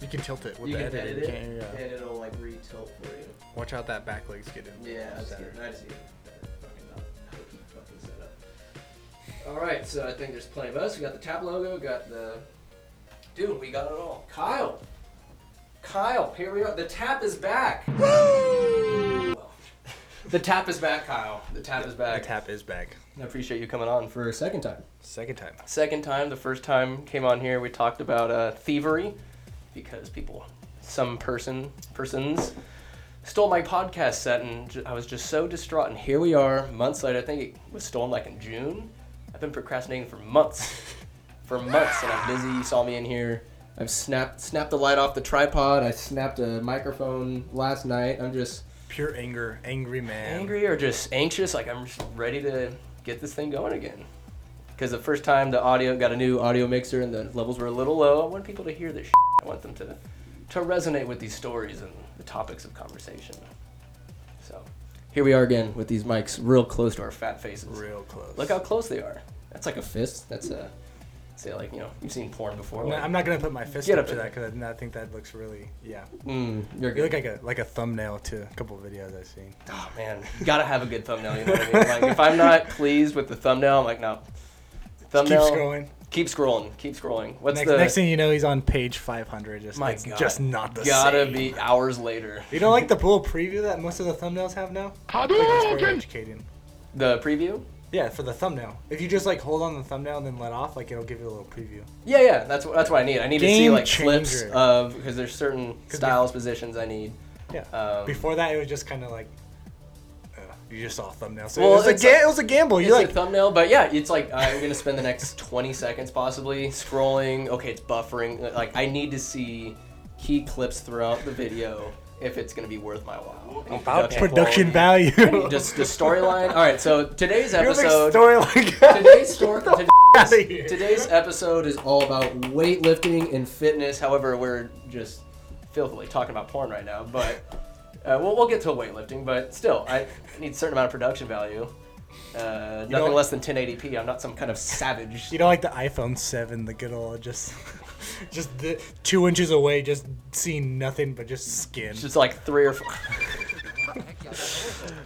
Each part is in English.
with you the can editor, edit you it, can't hear out. and it'll like re-tilt for you. Watch out that back leg's getting Yeah, I just centered. get, I just get that fucking up, hokey fucking setup. All right, so I think there's plenty of us. We got the tap logo, got the dude. We got it all. Kyle, Kyle, here we are. The tap is back. Well, the tap is back, Kyle. The tap is The back. tap is back. I appreciate you coming on for a second time. Second time. Second time, the first time came on here, we talked about uh, thievery because people, some person, persons, stole my podcast set, and j- I was just so distraught. And here we are, months later. I think it was stolen like in June. I've been procrastinating for months, for months, and I'm busy. You saw me in here. I've snapped snapped the light off the tripod. I snapped a microphone last night. I'm just Pure anger, angry man. angry or just anxious. Like I'm just ready to get this thing going again. Because the first time the audio got a new audio mixer and the levels were a little low, I want people to hear this. Shit. I want them to to resonate with these stories and the topics of conversation. So here we are again with these mics real close to our fat faces. Real close. Look how close they are. That's like a fist. That's a say like you know you've seen porn before. No, Like, I'm not gonna put my fist Get up up to there. that because I think that looks really yeah. mm, you're You good. look like a like a thumbnail to a couple of videos I've seen. oh man, you gotta have a good thumbnail. You know what I mean? Like if I'm not pleased with the thumbnail, I'm like no. Keep Thumbnail. scrolling. Keep scrolling. Keep scrolling. What's Next, the next thing you know, he's on page 500. Just My it's God. just not the gotta same. be hours later? You don't like the little preview that most of the thumbnails have now? I think it's very educating. The preview? Yeah, for the thumbnail. If you just like hold on the thumbnail and then let off, like it'll give you a little preview. Yeah, yeah. That's what that's what I need. I need to see Game like clips changer. of because there's certain be- styles positions I need. Yeah. Um, Before that, it was just kind of like uh, you just saw a thumbnail. So Well, it, was a it's ga- like- it was a gamble. It's You like a thumbnail, but yeah, it's like I'm gonna spend the next 20 seconds possibly scrolling. Okay, it's buffering. Like I need to see key clips throughout the video if it's gonna be worth my while. And production quality. value. Just the storyline. All right, so today's You're like episode. story like today's story. today- outta here. Today's episode is all about weightlifting and fitness. However, we're just filthily talking about porn right now, but uh, we'll, we'll get to weightlifting. But still, I need a certain amount of production value. Uh, nothing don't- less than 1080p. I'm not some kind of savage. You know, like the iPhone 7, the good old just, just the, two inches away, just seeing nothing but just skin. It's just like three or four.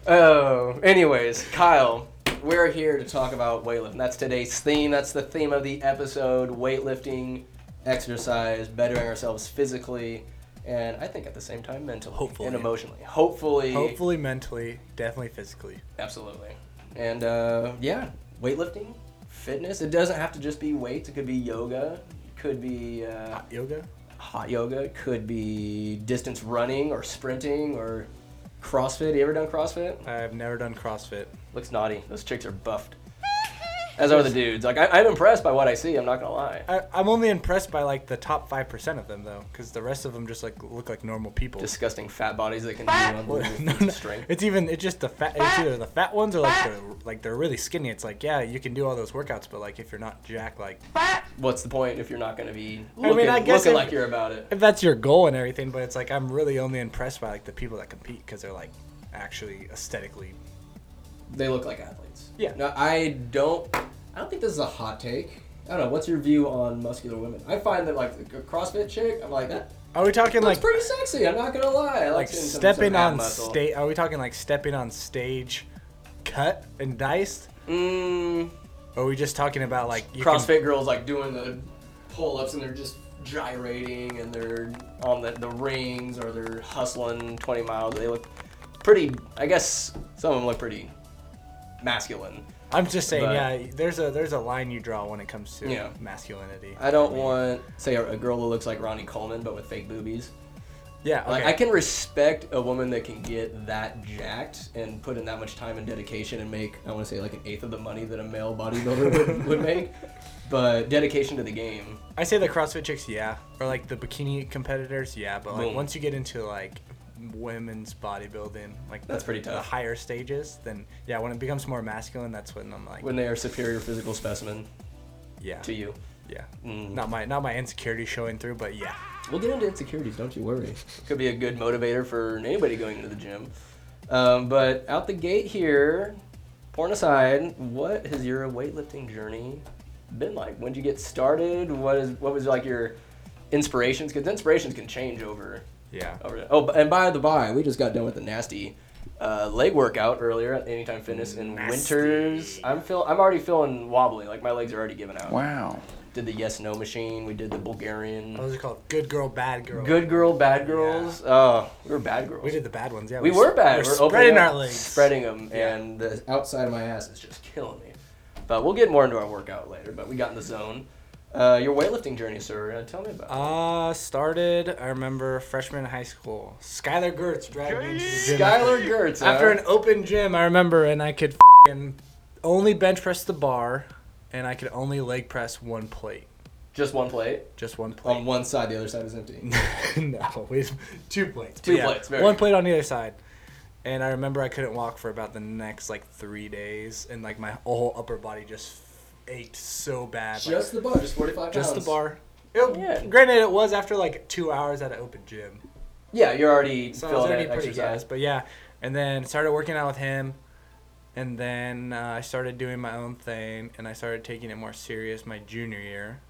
oh, anyways, Kyle, we're here to talk about weightlifting. That's today's theme. That's the theme of the episode: weightlifting, exercise, bettering ourselves physically, and I think at the same time mentally Hopefully. and emotionally. Hopefully, Hopefully, mentally, definitely physically. absolutely. And uh, yeah, weightlifting, fitness. It doesn't have to just be weights. It could be yoga. It Could be uh, Yoga? hot yoga, it could be distance running or sprinting or CrossFit. You ever done CrossFit? I've never done CrossFit. Looks naughty. Those chicks are buffed. As are the dudes. Like I, I'm impressed by what I see. I'm not gonna lie. I, I'm only impressed by like the top 5% of them, though, because the rest of them just like look like normal people. Disgusting fat bodies that can do unbelievable No, feats no, of strength. It's even it's just the fat it's either the fat ones or like they're like they're really skinny. It's like yeah, you can do all those workouts, but like if you're not jacked, like What's the point if you're not gonna be mean, looking, I guess looking if- like you're about it? if that's your goal and everything, but it's like I'm really only impressed by like the people that compete because they're like actually aesthetically. They look like athletes. Yeah. No, I don't. I don't think this is a hot take. I don't know. What's your view on muscular women? I find that like a CrossFit chick, I'm like that. Are we talking Looks like pretty sexy. I'm not gonna lie. I like seeing some- stepping some ab on muscle. stage? Are we talking like stepping on stage, cut and diced? Mm, Or are we just talking about like you can- CrossFit girls like doing the pull ups and they're just gyrating and they're on the, the rings or they're hustling 20 miles. They look pretty, I guess some of them look pretty masculine. I'm just saying, but- yeah. There's a there's a line you draw when it comes to Yeah. masculinity. I don't want, say, a, a girl that looks like Ronnie Coleman but with fake boobies. Yeah, okay. Like, I can respect a woman that can get that jacked and put in that much time and dedication and make, I want to say, like an eighth of the money that a male bodybuilder would, would make. But dedication to the game, I say the CrossFit chicks, yeah, or like the bikini competitors, yeah, but like Boom. once you get into like women's bodybuilding, like That's the, pretty The tough. higher stages, then yeah, when it becomes more masculine, that's when I'm like, when they are superior physical specimen yeah, to you. yeah, Mm. not my not my insecurity showing through, but yeah, We'll get into insecurities, don't you worry. Could be a good motivator for anybody going into the gym. Um, but out the gate here, porn aside, what has your weightlifting journey been like? When did you get started? What is what was like your inspirations because inspirations can change over Yeah. over. Oh, b- and by the by, we just got done with the nasty uh, leg workout earlier at Anytime Fitness in Winters. I'm feel I'm already feeling wobbly. Like my legs are already giving out. Wow. Did the yes no machine. We did the Bulgarian. Oh, What was it called? Good girl, bad girl. Good girl, bad girls. Oh, we were bad girls. We did the bad ones. Yeah. We were bad. We're, We're, opening spreading up, our legs. Spreading them, and the outside of my ass is just killing me. But we'll get more into our workout later. But we got in the zone. Uh, your weightlifting journey, sir. Uh, tell me about. it. Uh, started. I remember freshman in high school. Skylar Gertz dragged me into the gym. Skylar Gertz. uh, After huh? an open gym, I remember, and I could fing only bench press the bar, and I could only leg press one plate, just one plate just one plate. on one side. The other side is empty. no, we, Two plates. Two plates. Very one good. plate on either side. And I remember I couldn't walk for about the next like three days, and like my whole upper body just ached so bad. like, Just the bar. Just forty-five. just the pounds. bar. It- Yeah. Granted, it was after like two hours at an open gym. Yeah, you're already So I was feeling already that pretty exercise. jazzed, but yeah. And then started working out with him, and then uh, I started doing my own thing, and I started taking it more serious my junior year,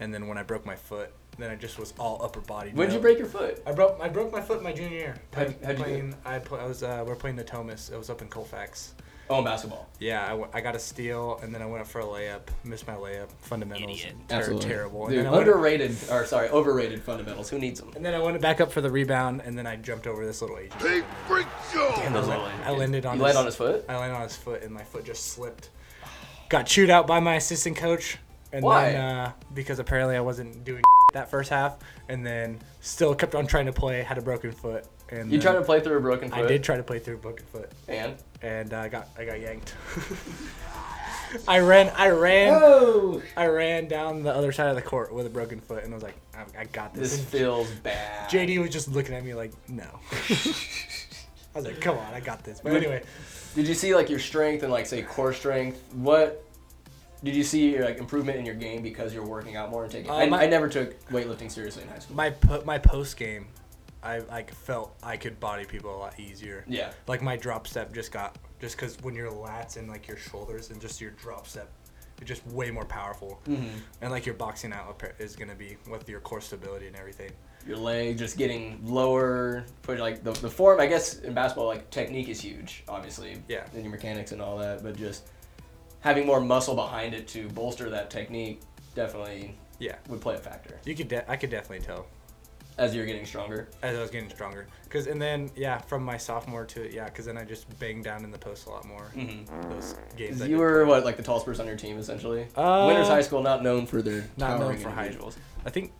and then when I broke my foot, then I just was all upper body. When'd you no- break your foot? I broke. I broke my foot my junior year. How'd- how'd you do Playing, I, pl- I was uh, we are playing the Thomas. It was up in Colfax. Oh, in basketball. Yeah, I, w- I got a steal, and then I went up for a layup, missed my layup. Fundamentals Idiot. ter- Absolutely. terrible. Dude, and, then I went, underrated, or sorry, overrated fundamentals. Who needs them? and then I went back up for the rebound, and then I jumped over this little agent. Big freak show. Those little I kids. landed on You landed his- on his foot. I landed on his foot, and my foot just slipped. Got chewed out by my assistant coach. And Why? then uh, because apparently I wasn't doing that first half, and then still kept on trying to play. Had a broken foot. And You then tried to play through a broken foot. I did try to play through a broken foot. And and uh, I got I got yanked. I ran I ran oh, I ran down the other side of the court with a broken foot and I was like I, I got this. this And feels bad. JD was just looking at me like no. I was like come on I got this. But anyway, Did you see like your strength and like say core strength? What did you see like improvement in your game because you're working out more and taking? Uh, I, my- I never took weightlifting seriously in high school. my po- my post game, I like felt I could body people a lot easier. yeah, Like my drop step just got just because when your lats and like your shoulders and just your drop step. it's Just way more powerful, Mm-hmm. and like your boxing out appar- is gonna be with your core stability and everything. your leg just getting lower. Put like the, the form. I guess in basketball, like technique is huge, obviously. Yeah. And your mechanics and all that, but just having more muscle behind it to bolster that technique definitely Yeah, would play a factor you could de- I could definitely tell as you're getting stronger. as I was getting stronger. Cause and then yeah, from my sophomore to yeah, cause then I just banged down in the post a lot more. Those games. I You did. were what like the tallest person on your team essentially. Uh, Winters High School not known for their not known towering for height. individuals. I think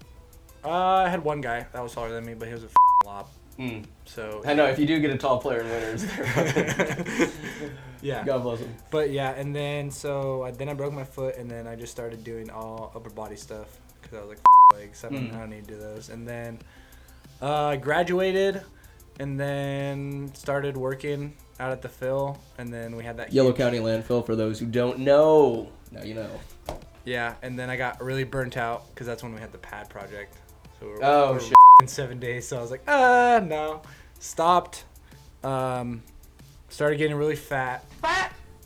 uh, I had one guy that was taller than me, but he was a f- lop. Mm. So I know if you do get a tall player in Winters, yeah, God bless him. but yeah, and then so I, then I broke my foot, and then I just started doing all upper body stuff because I was like f- legs. I don't, Mm. I don't need to do those. And then uh, graduated, and then started working out at the fill, and then we had that Yellow huge- County landfill for those who don't know. Now you know. Yeah, and then I got really burnt out because that's when we had the pad project. So we were, Oh, we were shit. in seven days. So I was like, ah, no. Stopped. Um, started getting really fat. How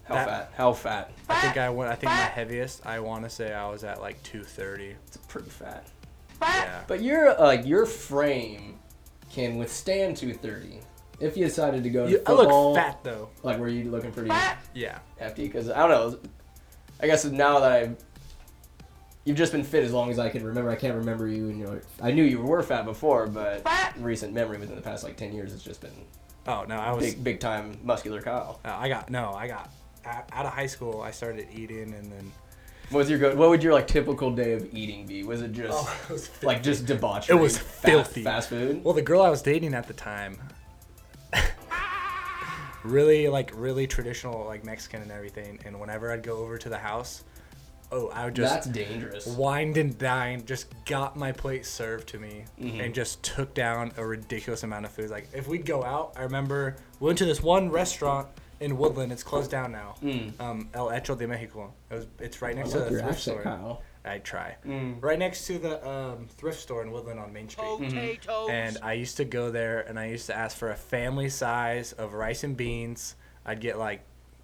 That- fat? How fat? I think I went. I think my heaviest. I want to say I was at like 230. It's pretty fat. Yeah. But your like your frame can withstand 230. If you decided to go to You, I football, look fat though. like were you looking pretty Yeah. hefty? Because I don't know. I guess now that I've you've just been fit as long as I can remember. I can't remember you and your. I knew you were fat before, but recent memory within the past like 10 years has just been Oh no, I was. big big time muscular Kyle. uh, I got no. I got out, out of high school. I started eating and then. What was your go- what would your like typical day of eating be? Was it just Oh, it was filthy. like just debauchery? It was fast, filthy. Fast food. Well, the girl I was dating at the time, really like really traditional, like Mexican and everything. And whenever I'd go over to the house, oh, I would That's just dangerous. wined and dined, just got my plate served to me, and just took down a ridiculous amount of food. Like if we'd go out, I remember we went to this one restaurant in Woodland. It's closed down now. Um, El Echo de Mexico. It was. It's right next to the Your thrift accent, store. Kyle. I try. Right next to the um, thrift store in Woodland on Main Street. Potatoes. Mm-hmm. And I used to go there and I used to ask for a family size of rice and beans. I'd get like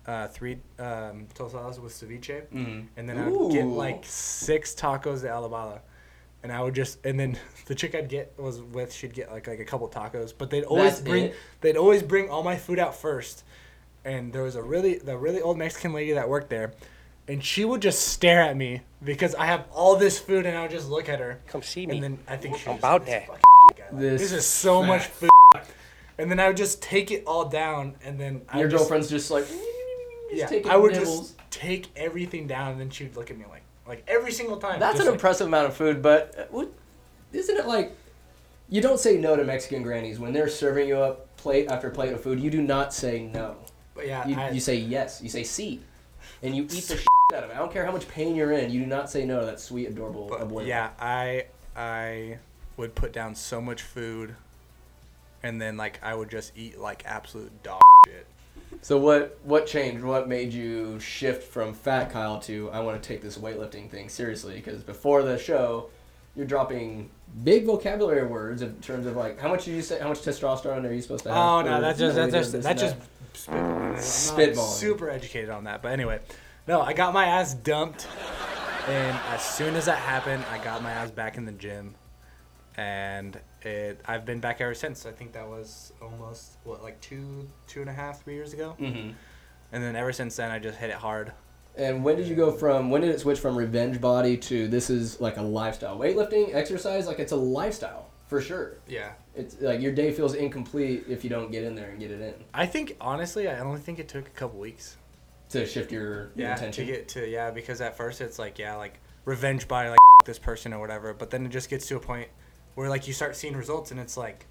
uh, three um, Mm-hmm. tostadas with ceviche. And then I'd get Ooh. like six tacos de alabala. and I would just and then the chick I'd get was with she'd get like like a couple tacos, but they'd always That's bring it? they'd always bring all my food out first. And there was a really the really old Mexican lady that worked there, and she would just stare at me because I have all this food and I would just look at her. Come see me. And then I think she was About that. This, this is so fat much food. And then I would just take it all down, and then I Your would just, girlfriend's just like, yeah, taking I would nibbles. just take everything down, and then she would look at me like, like every single time. That's an just like, impressive amount of food, but uh, what, isn't it like you don't say no to Mexican grannies when they're serving you up plate after plate of food? You do not say no. but yeah, You, I, you say yes. You say see, and you eat the shit out of it. I don't care how much pain you're in. You do not say no to that sweet, adorable but abuela. yeah, I I would put down so much food, and then like I would just eat like absolute dog shit. So what what changed? What made you shift from Fat Kyle to I want to take this weightlifting thing seriously? Because before the show, you're dropping big vocabulary words in terms of like how much did you say? How much testosterone are you supposed to have? Oh Or, no, that's you just know, we that's did just this that's and just spitballing. I'm not Spitballing. Super educated on that, but anyway, no, I got my ass dumped, and as soon as that happened, I got my ass back in the gym, and it I've been back ever since. I think that was almost what like two two and a half three years ago, mm-hmm. and then ever since then I just hit it hard. And when did you go from when did it switch from revenge body to this is like a lifestyle? Weightlifting, exercise, like it's a lifestyle for sure. Yeah, It's like your day feels incomplete if you don't get in there and get it in I think honestly, I only think it took a couple weeks. to shift your, your yeah attention. to get to yeah because at first it's like yeah like revenge by like this person or whatever but then it just gets to a point where like you start seeing results and it's like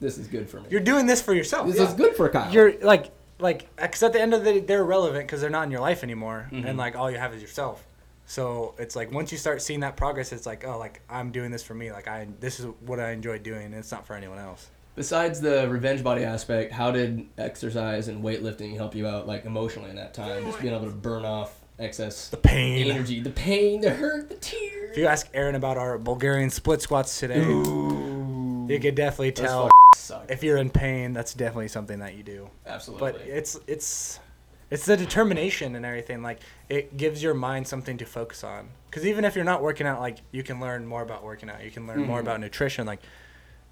this is good for me. you're doing this for yourself this yeah. is good for Kyle. you're like like because at the end of the day they're irrelevant because they're not in your life anymore and like all you have is yourself so it's like once you start seeing that progress it's like oh like i'm doing this for me like i this is what i enjoy doing and it's not for anyone else Besides the revenge body aspect, how did exercise and weightlifting help you out, like emotionally in that time? Just being able to burn off excess the pain energy, the pain, the hurt, the tears. if you ask aaron about our bulgarian split squats today you could definitely Those tell f- suck. if you're in pain, that's definitely something that you do. Absolutely. But it's it's it's the determination and everything. Like it gives your mind something to focus on. Because even if you're not working out, like you can learn more about working out. You can learn more about nutrition. Like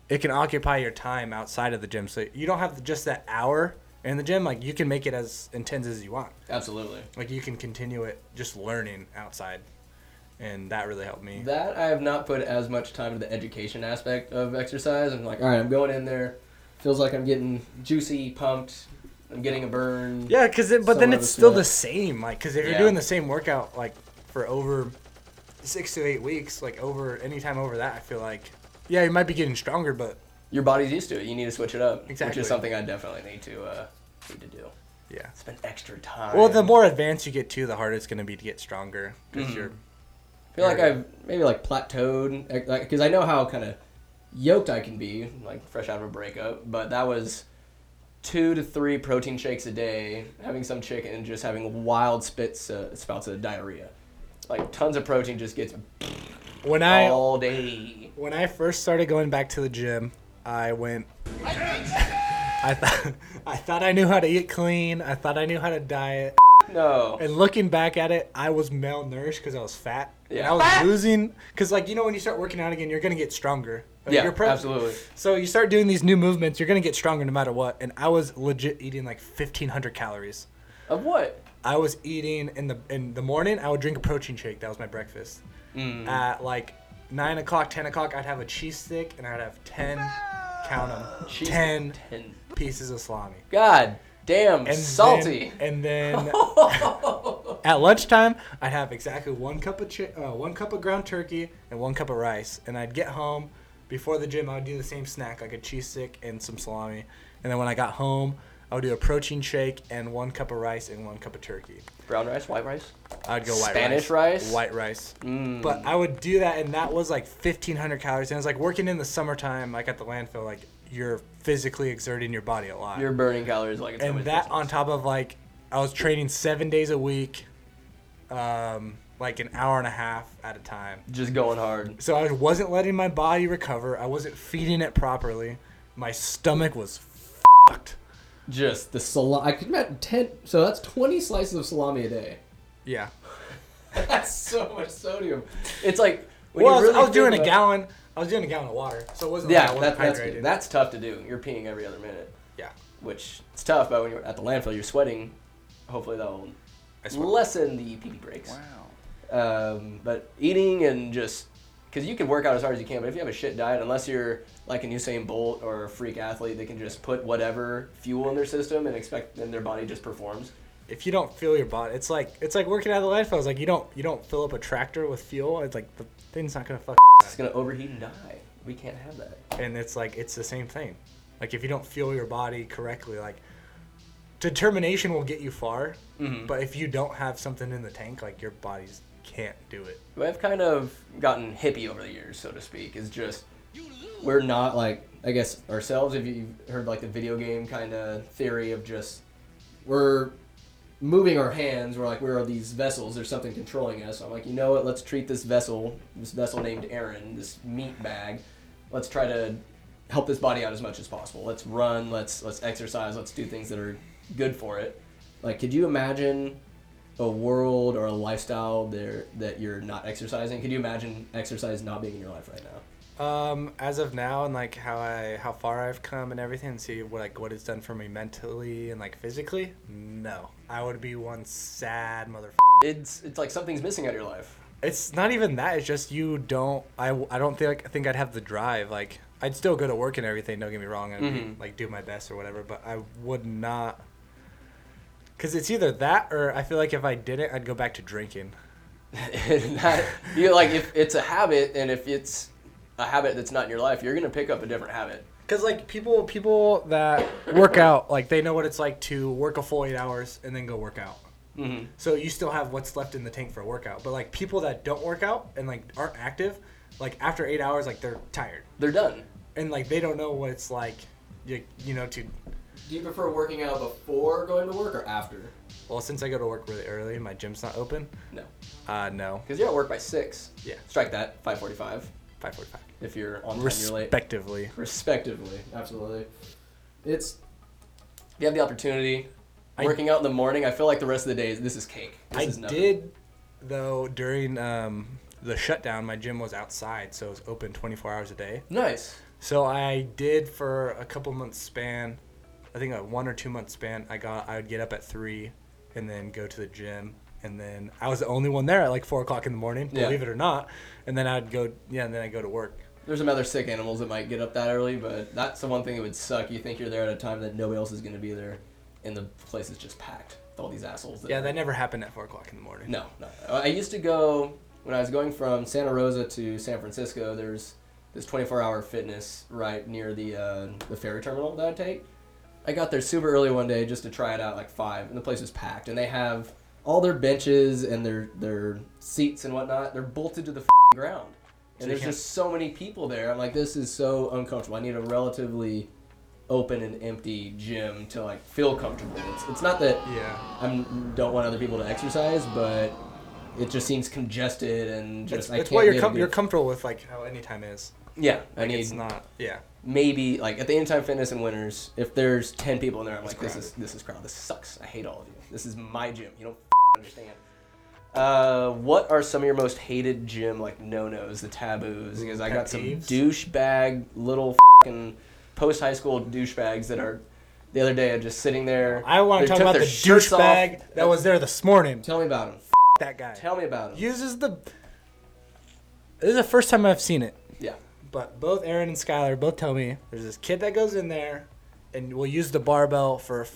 it can occupy your time outside of the gym. So you don't have just that hour in the gym. Like you can make it as intense as you want. Absolutely. Like you can continue it just learning outside, and that really helped me. That I have not put as much time to the education aspect of exercise. I'm like, all right, I'm going in there. Feels like I'm getting juicy, pumped. I'm getting a burn. Yeah, cause it, but Somewhat then of it's a still sweat. the same. Like, cause if Yeah. you're doing the same workout like for over six to eight weeks, like over any time over that, I feel like yeah, you might be getting stronger, but Your body's used to it. You need to switch it up. Which Exactly. is something I definitely need to uh, need to do. yeah. Spend extra time. Well, the more advanced you get too, the harder it's gonna be to get stronger. because Mm. you you're I feel like I've maybe like plateaued, like because I know how kind of yoked I can be, like fresh out of a breakup. But that was two to three protein shakes a day, having some chicken, and just having wild spits uh, spouts of diarrhea. Like tons of protein just gets when I all day. when I first started going back to the gym, I went. I thought I thought I knew how to eat clean. I thought I knew how to diet. No, And looking back at it, I was malnourished because I was fat. And Yeah. I was losing because, like, you know, when you start working out again, you're gonna get stronger. Like, Yeah, you're prep- absolutely. So you start doing these new movements, you're gonna get stronger no matter what. And I was legit eating like 1,500 calories. of what? I was eating in the in the morning. I would drink a protein shake. That was my breakfast. Mm. At like nine o'clock, ten o'clock, I'd have a cheese stick and I'd have ten, count 'em, Cheese- ten ten. pieces of salami. God damn, And salty. Then, and then at lunchtime, I'd have exactly one cup of chi- uh, one cup of ground turkey and one cup of rice, and I'd get home before the gym. I would do the same snack, like a cheese stick and some salami, and then when I got home, I would do a protein shake and one cup of rice and one cup of turkey. Brown rice, white rice. I'd go white Spanish rice, rice? Mm. white rice. But I would do that, and that was like 1,500 calories. And it was like working in the summertime, like at the landfill, like you're physically exerting your body a lot You're burning calories like it's and nobody's that business. on top of like I was training seven days a week, um, like an hour and a half at a time. just going hard. So I wasn't letting my body recover. I wasn't feeding it properly. My stomach was fucked. Just the salami. I could imagine ten. So that's twenty slices of salami a day. Yeah. That's so much sodium. It's like When well, you I was, I really was doing think a about- gallon. I was doing a gallon of water, so it wasn't. Yeah, like I that, wasn't that's hydrated. that's tough to do. You're peeing every other minute, yeah. which it's tough. But when you're at the landfill, you're sweating. Hopefully that'll I swear. lessen the pee pee breaks. Wow. Um, but eating and just because you can work out as hard as you can, but if you have a shit diet, unless you're like an Usain Bolt or a freak athlete, they can just put whatever fuel in their system and expect, and their body just performs. if you don't feel your body, it's like it's like working out of the landfill. It's like you don't you don't fill up a tractor with fuel. It's like the thing's not gonna fuck. It's gonna overheat and die. We can't have that. And it's like it's the same thing. Like if you don't fuel your body correctly, like determination will get you far. But if you don't have something in the tank, like your body's can't do it. I've kind of gotten hippie over the years, so to speak. Is just we're not like I guess ourselves. If you've heard like the video game kind of theory of just we're moving our hands, we're like where are these vessels? There's something controlling us. I'm like, you know what? Let's treat this vessel, this vessel named Aaron, this meat bag. Let's try to help this body out as much as possible. Let's run. Let's let's exercise. Let's do things that are good for it. Like, could you imagine a world or a lifestyle there that you're not exercising? Could you imagine exercise not being in your life right now? Um, as of now, and like how I how far I've come and everything, and see what like what it's done for me mentally and like physically. No, I would be one sad motherfucker. It's it's like something's missing out of your life. it's not even that it's just you don't i, I don't think i think i'd have the drive like i'd still go to work and everything don't get me wrong and like do my best or whatever but i would not because it's either that or i feel like if i didn't i'd go back to drinking Not- you like if it's a habit and if it's a habit that's not in your life, you're gonna pick up a different habit. because like people people that work out like they know what it's like to work a full eight hours and then go work out so you still have what's left in the tank for a workout but like people that don't work out and like aren't active like after eight hours like they're tired They're done. and like they don't know what it's like you, you know to Do you prefer working out before going to work or after? well since i go to work really early my gym's not open No, uh no because you're at work by six. Yeah. Strike that. Five forty-five. 545 If you're on time, you're late. respectively respectively. Absolutely. It's if you have the opportunity. Working out in the morning, I feel like the rest of the day this is cake. This i is nothing. did though during um the shutdown my gym was outside so it was open 24 hours a day Nice. so i did for a couple months span i think a one or two month span i got i would get up at three and then go to the gym and then i was the only one there at like four o'clock in the morning Yeah. believe it or not and then i'd go yeah and then i'd go to work There's some other sick animals that might get up that early, but that's the one thing that would suck. You think you're there at a time that nobody else is going to be there, and the place is just packed with all these assholes. That yeah that never happened at four o'clock in the morning No, no. Uh, I used to go when I was going from Santa Rosa to San Francisco. There's this 24-hour fitness right near the uh, the ferry terminal that I take. I got there super early one day just to try it out, like five, and the place was packed. And they have all their benches and their their seats and whatnot. They're bolted to the f***ing ground, and there's can't- just so many people there. I'm like, this is so uncomfortable. I need a relatively open and empty gym to like feel comfortable. It's, it's not that yeah I don't want other people to exercise, but it just seems congested and just It's, I it's can't what you're get a com- good- you're comfortable with, like how any time is. yeah, I Like, need it's not. Yeah. maybe like at the Anytime Fitness and Winners. If there's ten people in there, I'm like, this is this is crowded. This sucks. I hate all of you. This is my gym. You don't f- understand. Uh, what are some of your most hated gym like no nos, the taboos? Because I Pet got some peeves? douchebag little fucking post high school douchebags that are. The other day, just sitting there. I want they to talk took about the their shirts off. douchebag that was there this morning. Tell me about him. That guy Tell me about him. uses the. This is the first time I've seen it, Yeah. but both Aaron and Skylar both tell me there's this kid that goes in there, and will use the barbell for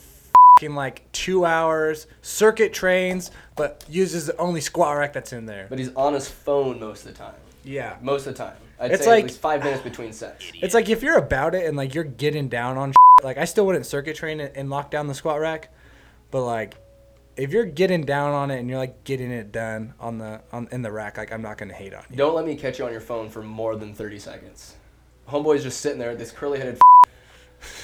fing like two hours, circuit trains, but uses the only squat rack that's in there. But he's on his phone most of the time. yeah. Most of the time. I'd It's say like- at least five minutes between sets. It's like if you're about it and like you're getting down on like I still wouldn't circuit train it and lock down the squat rack, but like if you're getting down on it and you're like getting it done on the on in the rack, like I'm not gonna hate on you. Don't let me catch you on your phone for more than 30 seconds. Homeboy's just sitting there, this curly headed.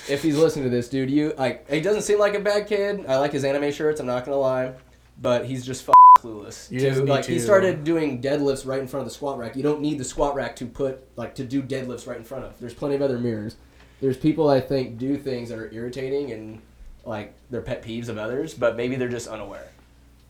if he's listening to this, dude, you like. He doesn't seem like a bad kid. I like his anime shirts. I'm not gonna lie, but he's just f- clueless. You dude. just need like he to- started doing deadlifts right in front of the squat rack. You don't need the squat rack to put like to do deadlifts right in front of. There's plenty of other mirrors. There's people I think do things that are irritating and like they're pet peeves of others, but maybe they're just unaware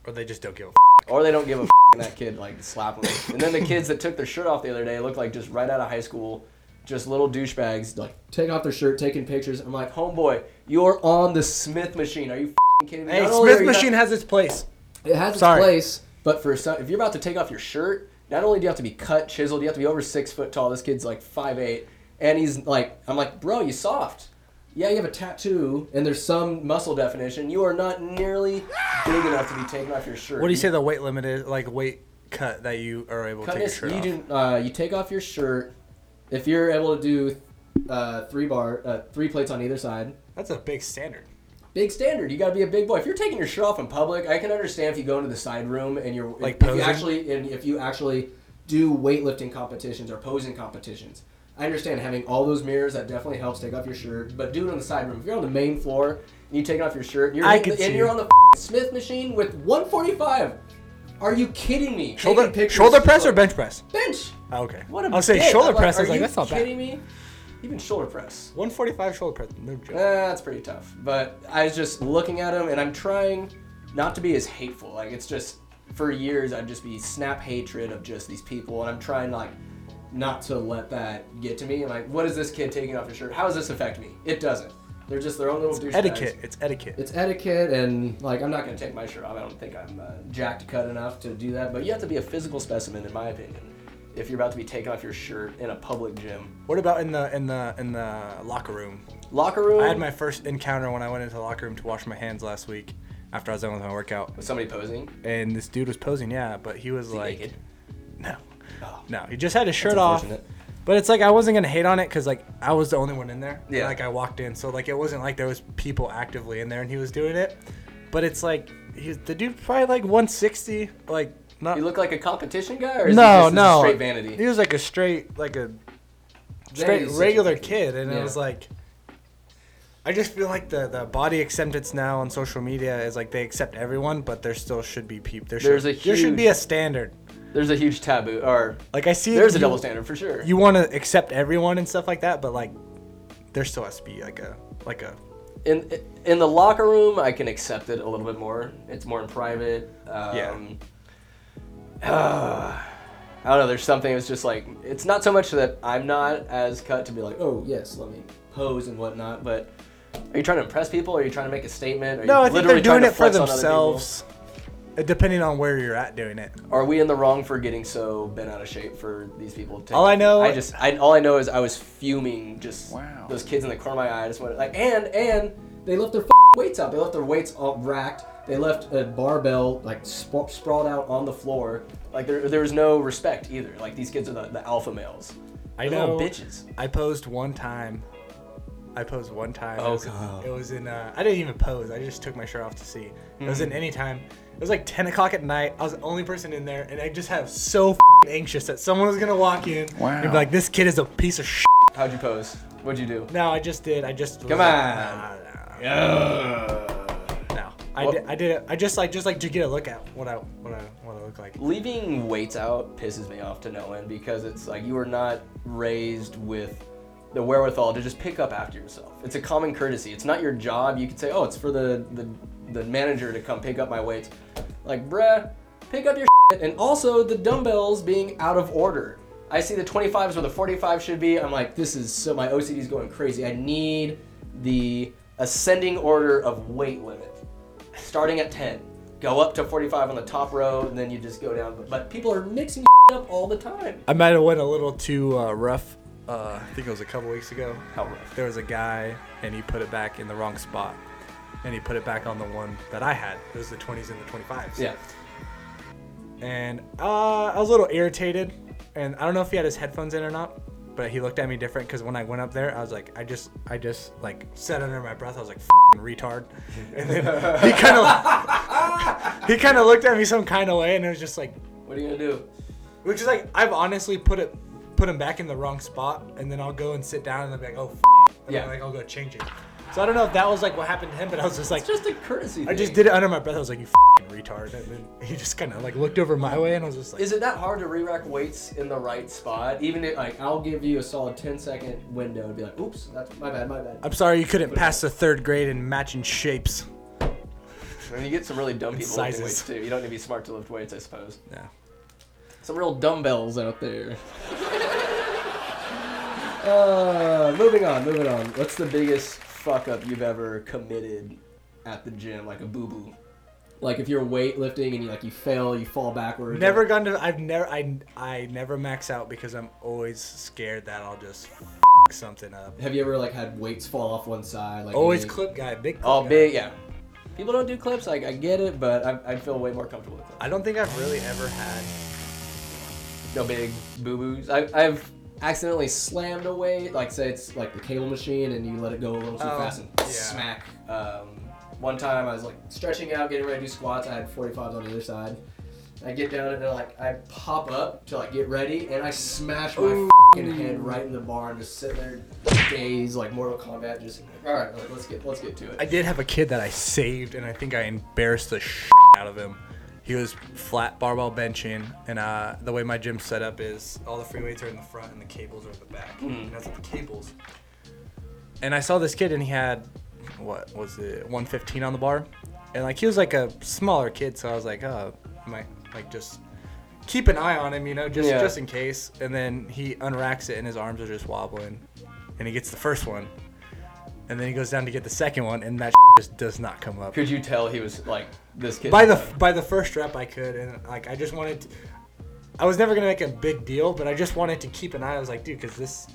Or they just don't give a or they don't give a that kid like slapping him. And then the kids that took their shirt off the other day looked like just right out of high school, just little douchebags like take off their shirt, taking pictures. I'm like, homeboy, you're on the Smith machine. Are you fing kidding me? Hey, Not only are Smith you not- Machine has its place. it has its Sorry. place, but for some, if you're about to take off your shirt, not only do you have to be cut, chiseled, you have to be over six foot tall. This kid's like five eight, and he's like, I'm like, bro, you soft. Yeah, you have a tattoo, and there's some muscle definition. You are not nearly big enough to be taking off your shirt. What do you say the weight limit is? Like weight cut that you are able to Cut take your this- shirt off. you do. Uh, you take off your shirt. If you're able to do uh, three bar, uh, three plates on either side, That's a big standard. big standard. You got to be a big boy. If you're taking your shirt off in public, I can understand if you go into the side room and you're if, Like if you posing? actually and if you actually do weightlifting competitions or posing competitions. I understand having all those mirrors that definitely helps take off your shirt, but do it on the side room. If you're on the main floor and you take off your shirt, and you're I hitting can the- and see. you're on the Smith machine with 145. Are you kidding me? Taking Shoulder, pictures- shoulder press or bench press? bench? Oh, okay. What a I'll say bit. shoulder I'm press. Like, I was are like, you that's not bad. kidding me? Even shoulder press. 145 shoulder press. No Eh, joke. that's pretty tough. But I was just looking at him, and I'm trying not to be as hateful. Like it's just for years I'd just be snap hatred of just these people, and I'm trying like not to let that get to me. And like, what is this kid taking off his shirt? How does this affect me? It doesn't. They're just their own little douchebags. etiquette. It's etiquette. It's etiquette, and like I'm not gonna take my shirt off. I don't think I'm uh, jacked cut enough to do that. But you have to be a physical specimen, in my opinion, if you're about to be taking off your shirt in a public gym, what about in the in the in the locker room? locker room. I had my first encounter when I went into the locker room to wash my hands last week after I was done with my workout, with somebody posing. and this dude was posing. Yeah, but he was like, naked? no, Oh. no, he just had his shirt off. unfortunate. But it's like I wasn't gonna hate on it because like I was the only one in there. Yeah. Like I walked in, so like it wasn't like there was people actively in there and he was doing it. But it's like he's the dude probably like 160, like not You look like a competition guy, or is he no just no straight vanity? He was like a straight like a Vanity straight situation. regular kid, and Yeah. it was like, I just feel like the, the body acceptance now on social media is like they accept everyone, but there still should be people. There There's should, a there should be huge- a standard. There's a huge taboo, or Like I see there's a you- double standard for sure. You want to accept everyone and stuff like that, but like there still has to be like a like a in in the locker room, I can accept it a little bit more. It's more in private. Um, Yeah. I don't know. There's something. It's just like it's not so much that I'm not as cut to be like, oh yes, let me pose and whatnot. But are you trying to impress people? Are you trying to make a statement? Are you no. I think literally they're doing trying to it for flex on other people? themselves. uh, Depending on where you're at doing it, Are we in the wrong for getting so bent out of shape for these people? To All I know- I just, I, all I know is I was fuming. Just Wow. those kids in the corner of my eye. I just wanted like, and and they left their f- weights out. They left their weights all racked. They left a barbell like sp- sprawled out on the floor. Like there, there was no respect either. Like these kids are the, the alpha males. I They're little know. bitches. I posed one time. I posed one time. Oh, it was, God. It was in. Uh, I didn't even pose. I just took my shirt off to see. It Mm-hmm. was in any time. It was like 10 o'clock at night. I was the only person in there, and I just have so f***ing anxious that someone was gonna walk in and be Wow. like, "This kid is a piece of shit." How'd you pose? What'd you do? No, I just did. I just. was Come like, on. "Nah, nah, nah, No, I Well- did. I did it. I just like just like to get a look at what I what I what I look like. leaving weights out pisses me off to no end because it's like you are not raised with the wherewithal to just pick up after yourself. It's a common courtesy. It's not your job. You could say, "Oh, it's for the the, the manager to come pick up my weights." Like, bruh, pick up your shit. and also the dumbbells being out of order. I see the 25s where the 45 should be. I'm like, this is so my OCD is going crazy. I need the ascending order of weight limit starting at 10 go up to 45 on the top row and then you just go down but people are mixing up all the time I might have went a little too uh, rough. Uh, I think it was a couple weeks ago. how rough there was a guy and he put it back in the wrong spot and he put it back on the one that i had it was the 20s and the 25s yeah and uh, i was a little irritated and i don't know if he had his headphones in or not but he looked at me different because when i went up there i was like i just i just like said under my breath i was like F***ing retard and then he kind of he kind of looked at me some kind of way and it was just like what are you gonna do which is like I've honestly put it put him back in the wrong spot, and then I'll go and sit down and I'll be like, oh, f-. and Yeah. yeah, like I'll go change it. So I don't know if that was like what happened to him, but I was just like, it's just a courtesy I just thing. did it under my breath. I was like, you f retard, and then he just kind of like looked over my way, and I was just like, is it that hard to re-rack weights in the right spot even if like i'll give you a solid 10 second window and be like oops that's my bad my bad I'm sorry you couldn't pass the third grade in matching shapes. I mean, you get some really dumb And people lifting weights sizes. too. You don't need to be smart to lift weights, I suppose. Yeah. Some real dumbbells out there. uh, moving on, moving on. What's the biggest fuck up you've ever committed at the gym, like a boo boo? Like if you're weightlifting and you like you fail, you fall backwards. Never gone to. I've never. I I never max out because I'm always scared that I'll just something up. Have you ever like had weights fall off one side? Like Always you- clip guy, big. Clip Oh, guy. big, yeah. People don't do clips. Like I get it, but I, I feel way more comfortable with clips. I don't think I've really ever had. No big boo boos. I- I've accidentally slammed a weight, like say it's like the cable machine, and you let it go a little too Oh, fast and yeah. smack. Um, one time I was like stretching out, getting ready to do squats. I had 45s on the other side. I get down and then like I pop up to like get ready, and I smash my fing head right in the bar and just sit there days like Mortal Kombat. Just all right, like, let's get let's get to it. I did have a kid that I saved, and I think I embarrassed the sh- out of him. He was flat barbell benching, and uh, the way my gym's set up is all the free weights are in the front and the cables are in the back. And that's the cables. And I saw this kid, and he had what was it, 115 on the bar, and like he was like a smaller kid, so I was like, oh, might like just keep an eye on him, you know, just Yeah. just in case. And then he unracks it, and his arms are just wobbling, and he gets the first one, and then he goes down to get the second one, and that just does not come up. Could you tell he was like this kid? By the by, the first rep I could, and like I just wanted, to, I was never gonna make a big deal, but I just wanted to keep an eye. I was like, dude, because this,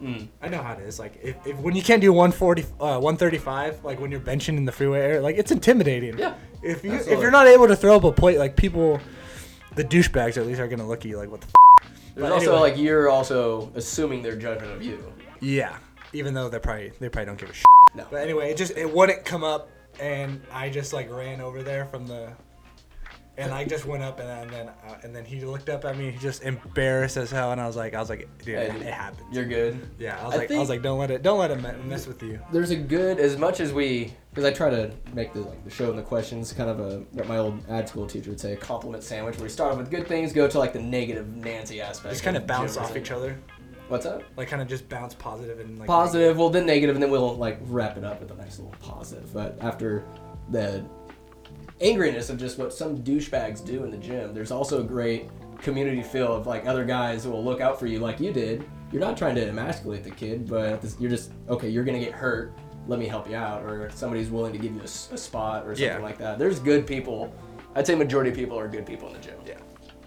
Mm. I know how it is. Like if, if when you can't do 140, uh, 135, like when you're benching in the freeway area, like it's intimidating. Yeah, If you if absolutely. you're not able to throw up a plate, like people, the douchebags at least are gonna look at you like what the. F-? There's But also anyway. like you're also assuming their judgment of you. Yeah, even though they probably they probably don't give a shit. No. But anyway, it just it wouldn't come up, and I just like ran over there from the, and I just went up, and, then uh, and then he looked up at me, he just embarrassed as hell, and I was like, I was like, dude, Hey, it happens. You're good. Yeah, I was I like, I think- was like, don't let it, don't let it me- mess with you. There's a good as much as we because I try to make the like the show and the questions kind of a what my old ad school teacher would say a compliment sandwich where we start off with good things go to like the negative Nancy aspect. Just kind of and bounce jokes off and- each other, What's up? like kind of just bounce positive and like positive, well then negative, and then we'll like wrap it up with a nice little positive. But after the angriness of just what some douchebags do in the gym, there's also a great community feel of like other guys will look out for you like you did. You're not trying to emasculate the kid, but this, you're just okay. You're gonna get hurt. Let me help you out, or somebody's willing to give you a, s- a spot or something Yeah. like that. There's good people. I'd say majority of people are good people in the gym. Yeah.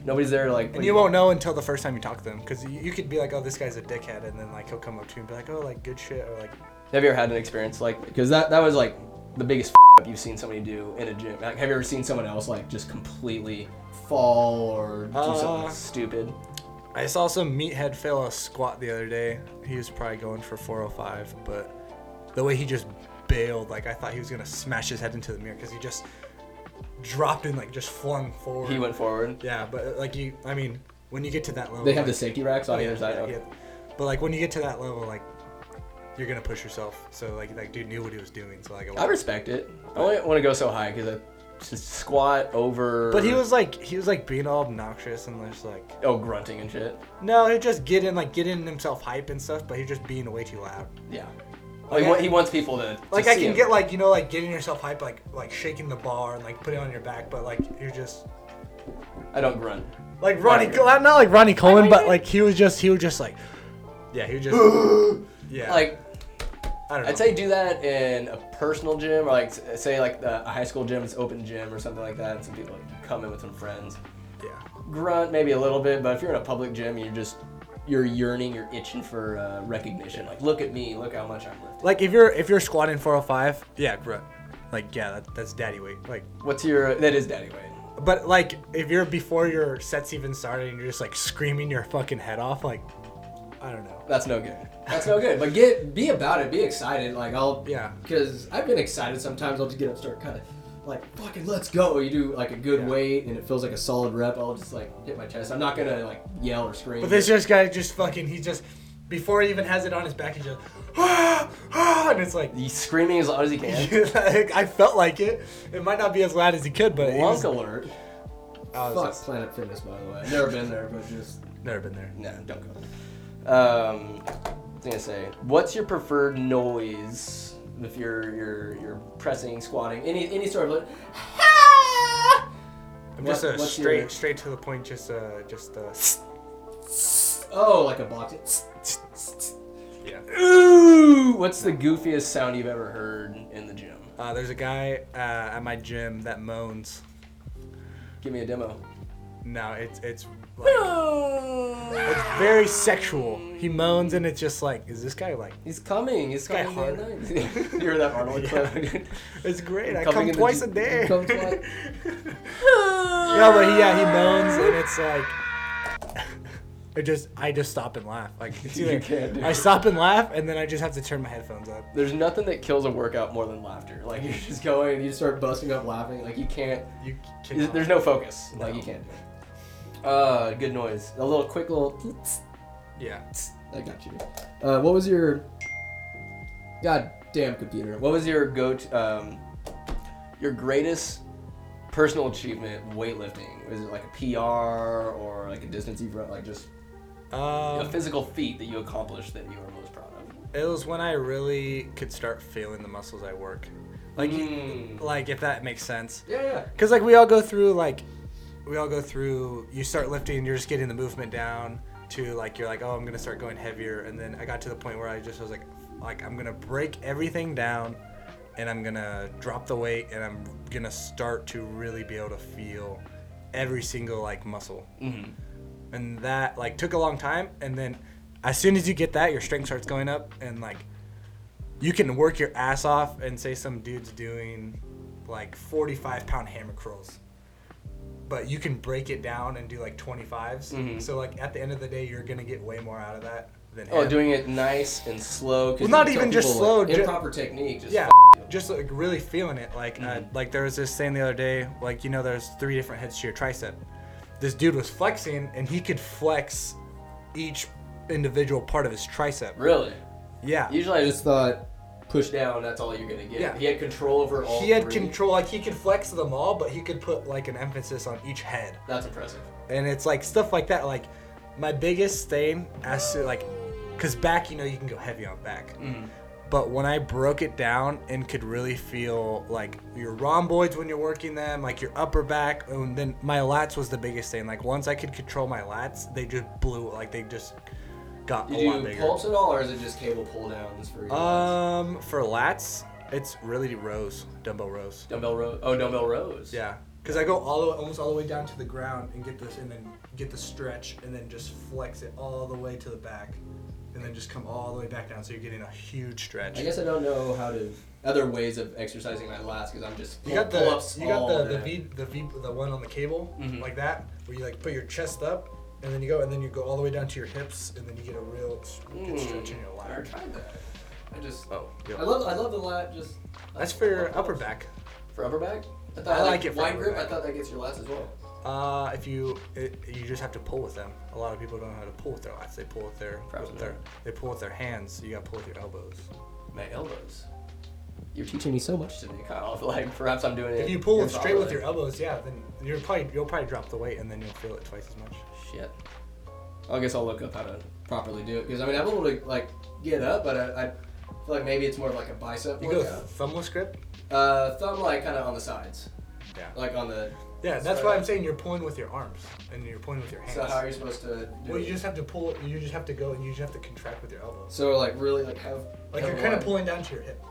Nobody's there to, like. And you won't know until the first time you talk to them, because you, you could be like, oh, this guy's a dickhead, and then like he'll come up to you and be like, oh, like good shit, or like Have you ever had an experience like because that that was like the biggest up you've seen somebody do in a gym? Like, have you ever seen someone else like just completely fall or do Uh, something stupid? I saw some meathead fail a squat the other day. He was probably going for 405, but the way he just bailed, like I thought he was gonna smash his head into the mirror because he just dropped and like just flung forward. He went forward. Yeah, but like you, I mean, when you get to that level, They have the like- oh, safety racks on either side. okay. yeah. But like when you get to that level, like you're gonna push yourself. So like like dude knew what he was doing. So like it I wasn't- respect it. I only want to go so high because I just squat over. But he was like he was like being all obnoxious and just like oh grunting and shit. no, he just getting like getting himself hype and stuff. But he was just being way too loud. Yeah. Like, he wa- he wants people to, to like I see can him. get like you know like getting yourself hype like like shaking the bar and like putting it on your back, but like you're just I don't grunt. like Ronnie Right. Co- not like Ronnie Coleman, but like he was just he was just like yeah he was just yeah Like I don't know I'd say do that in a personal gym, or like s- say like the, a high school gym, it's open gym or something like that, and some people come in with some friends. yeah Grunt maybe a little bit, but if you're in a public gym, you're just you're yearning, you're itching for uh, recognition. Like look at me, look how much I'm lifting. like if you're if you're squatting 405 yeah bro like yeah that, that's daddy weight like What's your that is daddy weight. but like if you're before your sets even started and you're just like screaming your fucking head off like I don't know That's no good. That's no good. But get be about it. Be excited. Like I'll Yeah. Because I've been excited sometimes. I'll just get up, and start kind of like fucking let's go. You do like a good Yeah. weight and it feels like a solid rep. I'll just like hit my chest. I'm not gonna like yell or scream. but this just guy just fucking he just before he even has it on his back he just and it's like He's screaming as loud as he can. Like, I felt like it. It might not be as loud as he could, but it Blank was, alert. I was Fuck just- Planet Fitness, by the way. Never been there, but just never been there. no, don't go. Um, I was gonna say, what's your preferred noise if you're you're you're pressing, squatting, any any sort of. Like, I'm just What- a what's your- straight, straight to the point. Just, uh, just, uh, Oh, like a boxing. yeah. Ooh, what's the goofiest sound you've ever heard in the gym? Uh, there's a guy uh, at my gym that moans. Give me a demo. No, it's it's like it's very sexual. He moans and it's just like, is this guy like? He's coming. He's Guy coming. the other night. you heard that Arnold clip? It's great. I Coming in the come twice a gym- day. come twice. no, but he, yeah, he moans and it's like. It just, I just stop and laugh. Like it's You either, can't do I it. stop and laugh, and then I just have to turn my headphones up. There's nothing that kills a workout more than laughter. Like you're just going and you start busting up laughing. Like you can't. You Is- cannot. There's no focus. Like No. you can't do it. Uh, good noise. A little quick little. Yeah. I got you. Uh, what was your? God damn computer. What was your go to? Um, your greatest personal achievement weightlifting? Was it like a PR or like a distance you've run? Like just a Um, physical feat that you accomplished that you were most proud of? it was when I really could start feeling the muscles I work. Like, Mm. like if that makes sense. Yeah, yeah. Cause like we all go through like, we all go through. You start lifting, you're just getting the movement down to like you're like, oh, I'm gonna start going heavier, and then I got to the point where I just was like, like I'm gonna break everything down, and I'm gonna drop the weight, and I'm gonna start to really be able to feel every single like muscle, and that like took a long time, and then as soon as you get that, your strength starts going up, and like you can work your ass off and say some dude's doing like 45 pound hammer curls but you can break it down and do like 25s so like at the end of the day you're gonna get way more out of that than Oh, him. doing it nice and slow. 'cause Well, you not tell even just people, slow, Like, ju- improper technique. Just yeah f- just like really feeling it like uh, Mm-hmm. like there was this saying the other day like you know there's three different hits to your tricep this dude was flexing and he could flex each individual part of his tricep really. yeah Usually, I just thought push down. That's all you're gonna get. Yeah. He had control over all. he had three. control like he could flex them all but he could put like an emphasis on each head That's impressive. and it's like stuff like that like my biggest thing as to like because back you know you can go heavy on back Mm. but when i broke it down and could really feel like your rhomboids when you're working them like your upper back oh, and then my lats was the biggest thing like once i could control my lats they just blew like they just got Did a lot you bigger pull ups at all, or is it just cable pull downs for you? um for lats it's really rows dumbbell rows dumbbell row. Oh, dumbbell rows. Yeah, because I go all the way, almost all the way down to the ground and get this, and then get the stretch, and then just flex it all the way to the back, and then just come all the way back down. So you're getting a huge stretch. I guess I don't know how to other ways of exercising my lats because I'm just you got the pull-ups you got all the the day. Mm-hmm. V the V the one on the cable like that, where you like put your chest up, and then you go, and then you go all the way down to your hips, and then you get a real s- good stretch in your I never lat. tried that. I just. Oh, yeah. Mm. I love I love the lat just. uh, That's for your upper back. For upper back. I, thought I like like it for wide upper grip. I back. thought that gets your lats as well. Uh, if you it, you just have to pull with them. A lot of people don't know how to pull with their lats. They pull with their Probably with their they pull with their hands. You gotta pull with your elbows. My elbows. You're teaching me so much today, Kyle. I feel like perhaps I'm doing it. If you pull it straight with improperly. your elbows, yeah, then you're probably you'll probably drop the weight and then you'll feel it twice as much. Shit. I guess I'll look up how to properly do it because I mean I'm able to like get up, but I, I feel like maybe it's more of like a bicep You go workout. thumbless grip. Uh, thumb like kind of on the sides, Yeah. like on the. Yeah, that's Sorry. why I'm saying you're pulling with your arms and you're pulling with your hands. So how are you supposed to do well, it? you just have to pull. You just have to go and you just have to contract with your elbows. so like really like have. Like have you're kind one- of pulling down to your hip.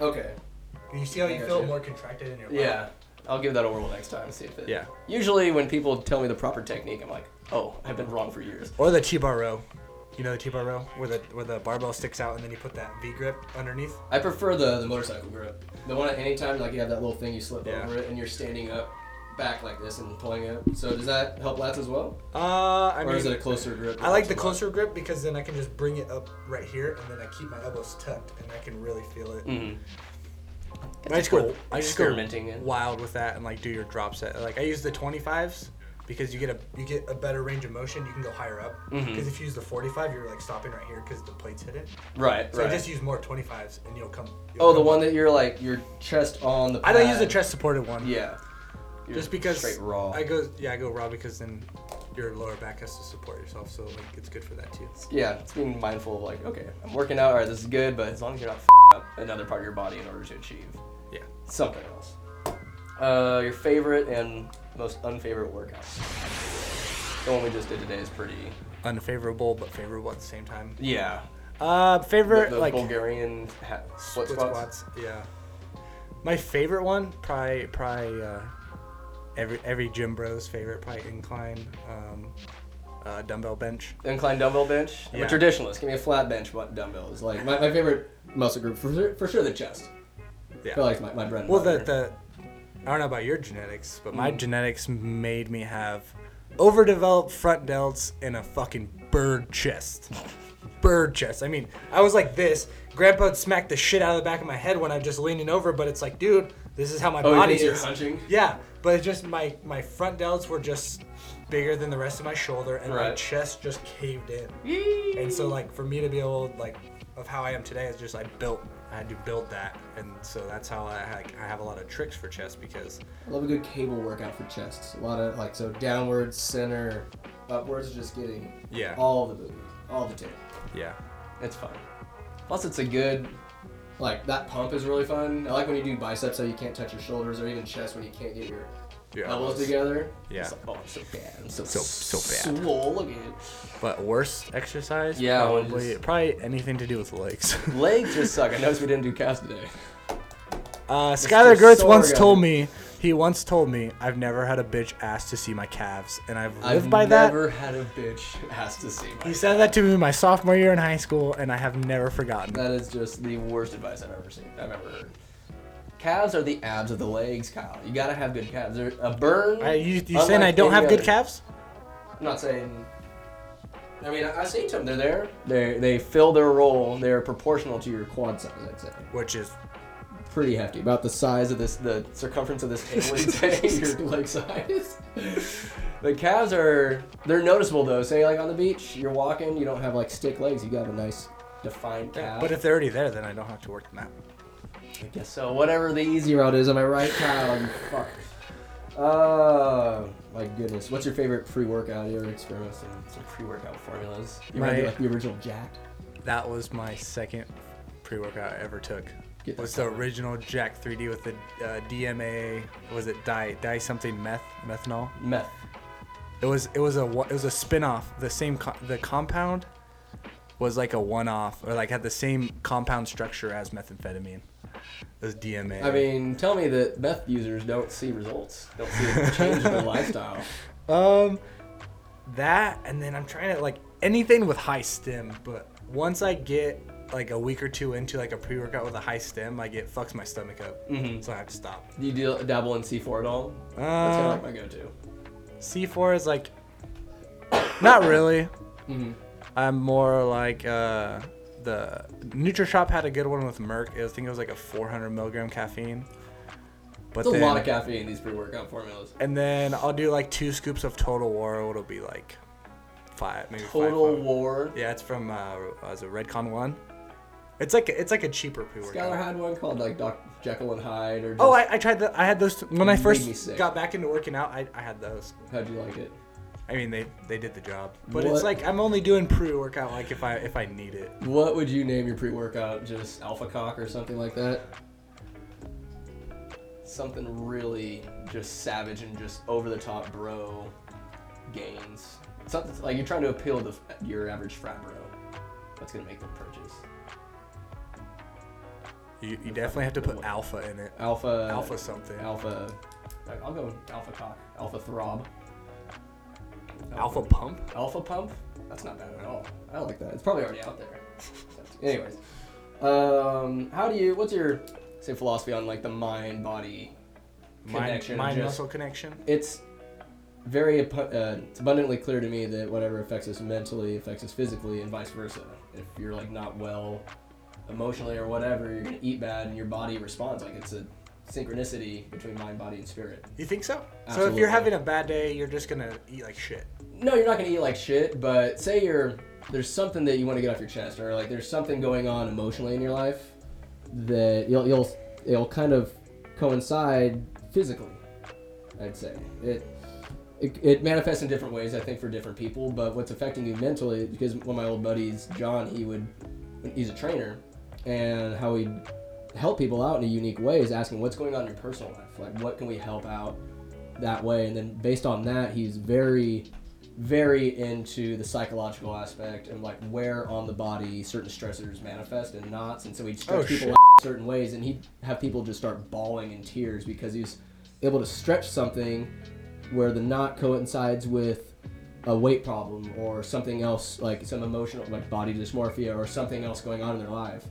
Okay. You see how I you got feel you. more contracted in your. lat? Yeah. I'll give that a whirl next time. See if it. Yeah. Usually when people tell me the proper technique, I'm like, oh, I've been wrong for years. Or the T-bar row. You know the T-bar row where the where the barbell sticks out and then you put that V grip underneath. I prefer the the motorcycle grip. The one at any time like you have that little thing you slip Yeah. over it and you're standing up, back like this and pulling up. So does that help lats as well? Uh, I or is it mean, a closer grip? I like the closer grip because then I can just bring it up right here and then I keep my elbows tucked and I can really feel it. Mhm. But I just go, worth I just go experimenting in. wild with that and like do your drop set. Like I use the 25s because you get a you get a better range of motion. You can go higher up Mm-hmm. because if you use the 45, you're like stopping right here because the plates hit it. Right. So right. I just use more 25s and you'll come. you'll oh, the come- one that you're like your chest on the. I don't use pad. the chest supported one. Yeah. You're just because straight raw. I go yeah I go raw because then your lower back has to support yourself, so like it's good for that too. Yeah, it's being mindful of like, okay, I'm working out. All right, this is good, but as long as you're not f- up another part of your body in order to achieve Yeah. something else. Uh, your favorite and most unfavorite workout. The one we just did today is pretty. Unfavorable but favorable at the same time. Yeah. Uh, The, favorite the like Bulgarian ha- split, split squats. squats. Yeah. My favorite one, probably probably uh, every every gym bro's favorite, probably incline, um, uh, dumbbell bench. Incline dumbbell bench. I'm a Yeah. traditionalist. Give me a flat bench what dumbbell is like. My, my favorite muscle group for sure, for sure the chest. I Yeah. feel like my, my bread and Well, the, butter. the Mm. I don't know about your genetics, but my genetics made me have overdeveloped front delts and a fucking bird chest. Bird chest. I mean, I was like this. Grandpa'd smack the shit out of the back of my head when I'm just leaning over, but it's like, dude, this is how my oh, body you're is. hunching. Yeah, but it's just my my front delts were just bigger than the rest of my shoulder, and my Right. chest just caved in. And so like for me to be able like of how I am today is just I built I had to build that, and so that's how I like I have a lot of tricks for chest because I love a good cable workout for chests. A lot of like so downwards, center, upwards, just getting Yeah. all the movement, all the tape. yeah It's fun. Plus, it's a good like that pump is really fun. I like when you do biceps so you can't touch your shoulders or even chest when you can't get your yeah. elbows together. Yeah. It's like, oh, I'm so bad. I'm so So- so bad. Swole. Look at it. But worst exercise? Yeah, I wanna probably just- probably anything to do with legs. Legs just suck. I noticed we didn't do calves today. Uh, Skylar just Gertz so once organic. told me, he once told me, I've never had a bitch ask to see my calves, and I've lived I've by that. never had a bitch ask to see my. He said that to me my sophomore year in high school, and I have never forgotten. That is just the worst advice I've ever seen. I've ever heard. Calves are the abs of the legs, Kyle. You gotta have good calves. They're a burn. I, you you unlike saying I don't any have good other. calves? I'm not saying. I mean, I, I see them. They're there. They they fill their role. They're proportional to your quad size. I'd say Which is pretty hefty. About the size of this, the circumference of this table is your leg size. the calves are they're noticeable though. Say like on the beach, you're walking, you don't have like stick legs. You got a nice defined calf. But if they're already there, then I don't have to work them out. I guess so. Whatever the easy route is, am I right, Kyle? You fuck. Oh my goodness! What's your favorite pre-workout? You ever experimented with some pre-workout formulas? You ever My- do, like the original Jack? That was my second pre-workout I ever took. Get that was the original Jack 3D with the uh, DMA? Was it di di something meth methanol? Meth. It was it was a wa- it was a spin-off. The same co- the compound was like a one-off or like had the same compound structure as methamphetamine. It was DMA. I mean, tell me that meth users don't see results. Don't see a change in their lifestyle. um that and then I'm trying to like anything with high stem, but once I get like a week or two into like a pre-workout with a high stem, like it fucks my stomach up. Mm-hmm. So I have to stop. Do you deal, dabble in C4 at all? That's kind Uh, of like my go-to. C4 is like, not really. Mm-hmm. I'm more like uh, the NutriShop had a good one with Merck. It was- I think it was like a 400 milligram caffeine. But There's then, a lot of caffeine in these pre-workout formulas. and then I'll do like two scoops of Total War. It'll be like five, maybe Total five. War. Yeah, it's from uh, was it Redcon One? It's like it's like a cheaper Skylar pre-workout. had one called like Dr. Jekyll and Hyde, or just, Oh, I, I tried that. I had those when I Made me first sick. got back into working out. I, I had those. how'd you like it? I mean, they they did the job, but What- it's like I'm only doing pre-workout like if I if I need it. What would you name your pre-workout? Just Alpha Cock or something like that? Something really just savage and just over the top, bro. Gains. Something like you're trying to appeal to your average frat bro. That's gonna make them purchase. You, you definitely have to put alpha in it. Alpha. Alpha something. Alpha. I'll go with Alpha Cock. Alpha Throb. Alpha pump. Alpha Pump? That's not bad at all. I like that. It's probably already out there. Anyways, um, how do you? What's your say philosophy on like the mind body Mind, connection? mind Just- muscle connection. It's very abu- uh, it's abundantly clear to me that whatever affects us mentally affects us physically, and vice versa. If you're like not well emotionally or whatever, you're gonna eat bad, and your body responds like it's a synchronicity between mind, body, and spirit. You think so? So if Absolutely. you're having a bad day, you're just gonna eat like shit. no, you're not gonna eat like shit, but say you're there's something that you want to get off your chest, or like there's something going on emotionally in your life that you'll you'll it'll kind of coincide physically. I'd say it. it, it manifests in different ways, I think, for different people. But what's affecting you mentally, because one of my old buddies, John, he would, he's a trainer, and how he'd help people out in a unique way is asking what's going on in your personal life. Like, what can we help out that way? And then based on that, he's very, very into the psychological aspect and like where on the body certain stressors manifest and knots. And so he'd stretch Oh, people shit. out certain ways, and he'd have people just start bawling in tears because he's able to stretch something where the knot coincides with a weight problem or something else like some emotional like body dysmorphia or something else going on in their life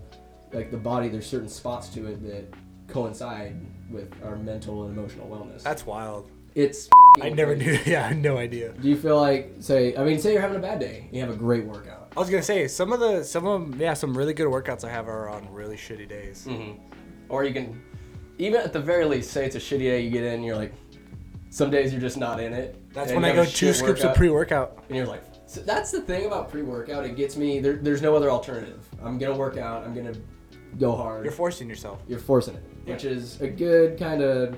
like the body there's certain spots to it that coincide with our mental and emotional wellness That's wild. it's I never knew. Yeah, I had no idea. do you feel like say i mean say you're having a bad day you have a great workout I was gonna say some of the some of 'em- yeah some really good workouts I have are on really shitty days. Mm. or you can even at the very least say it's a shitty day you get in you're like some days you're just not in it That's and when you I have a go two shit scoops workout. of pre-workout. and you're like so that's the thing about pre-workout it gets me there, there's no other alternative i'm gonna work out i'm gonna go hard You're forcing yourself. you're forcing it, which is a good kind of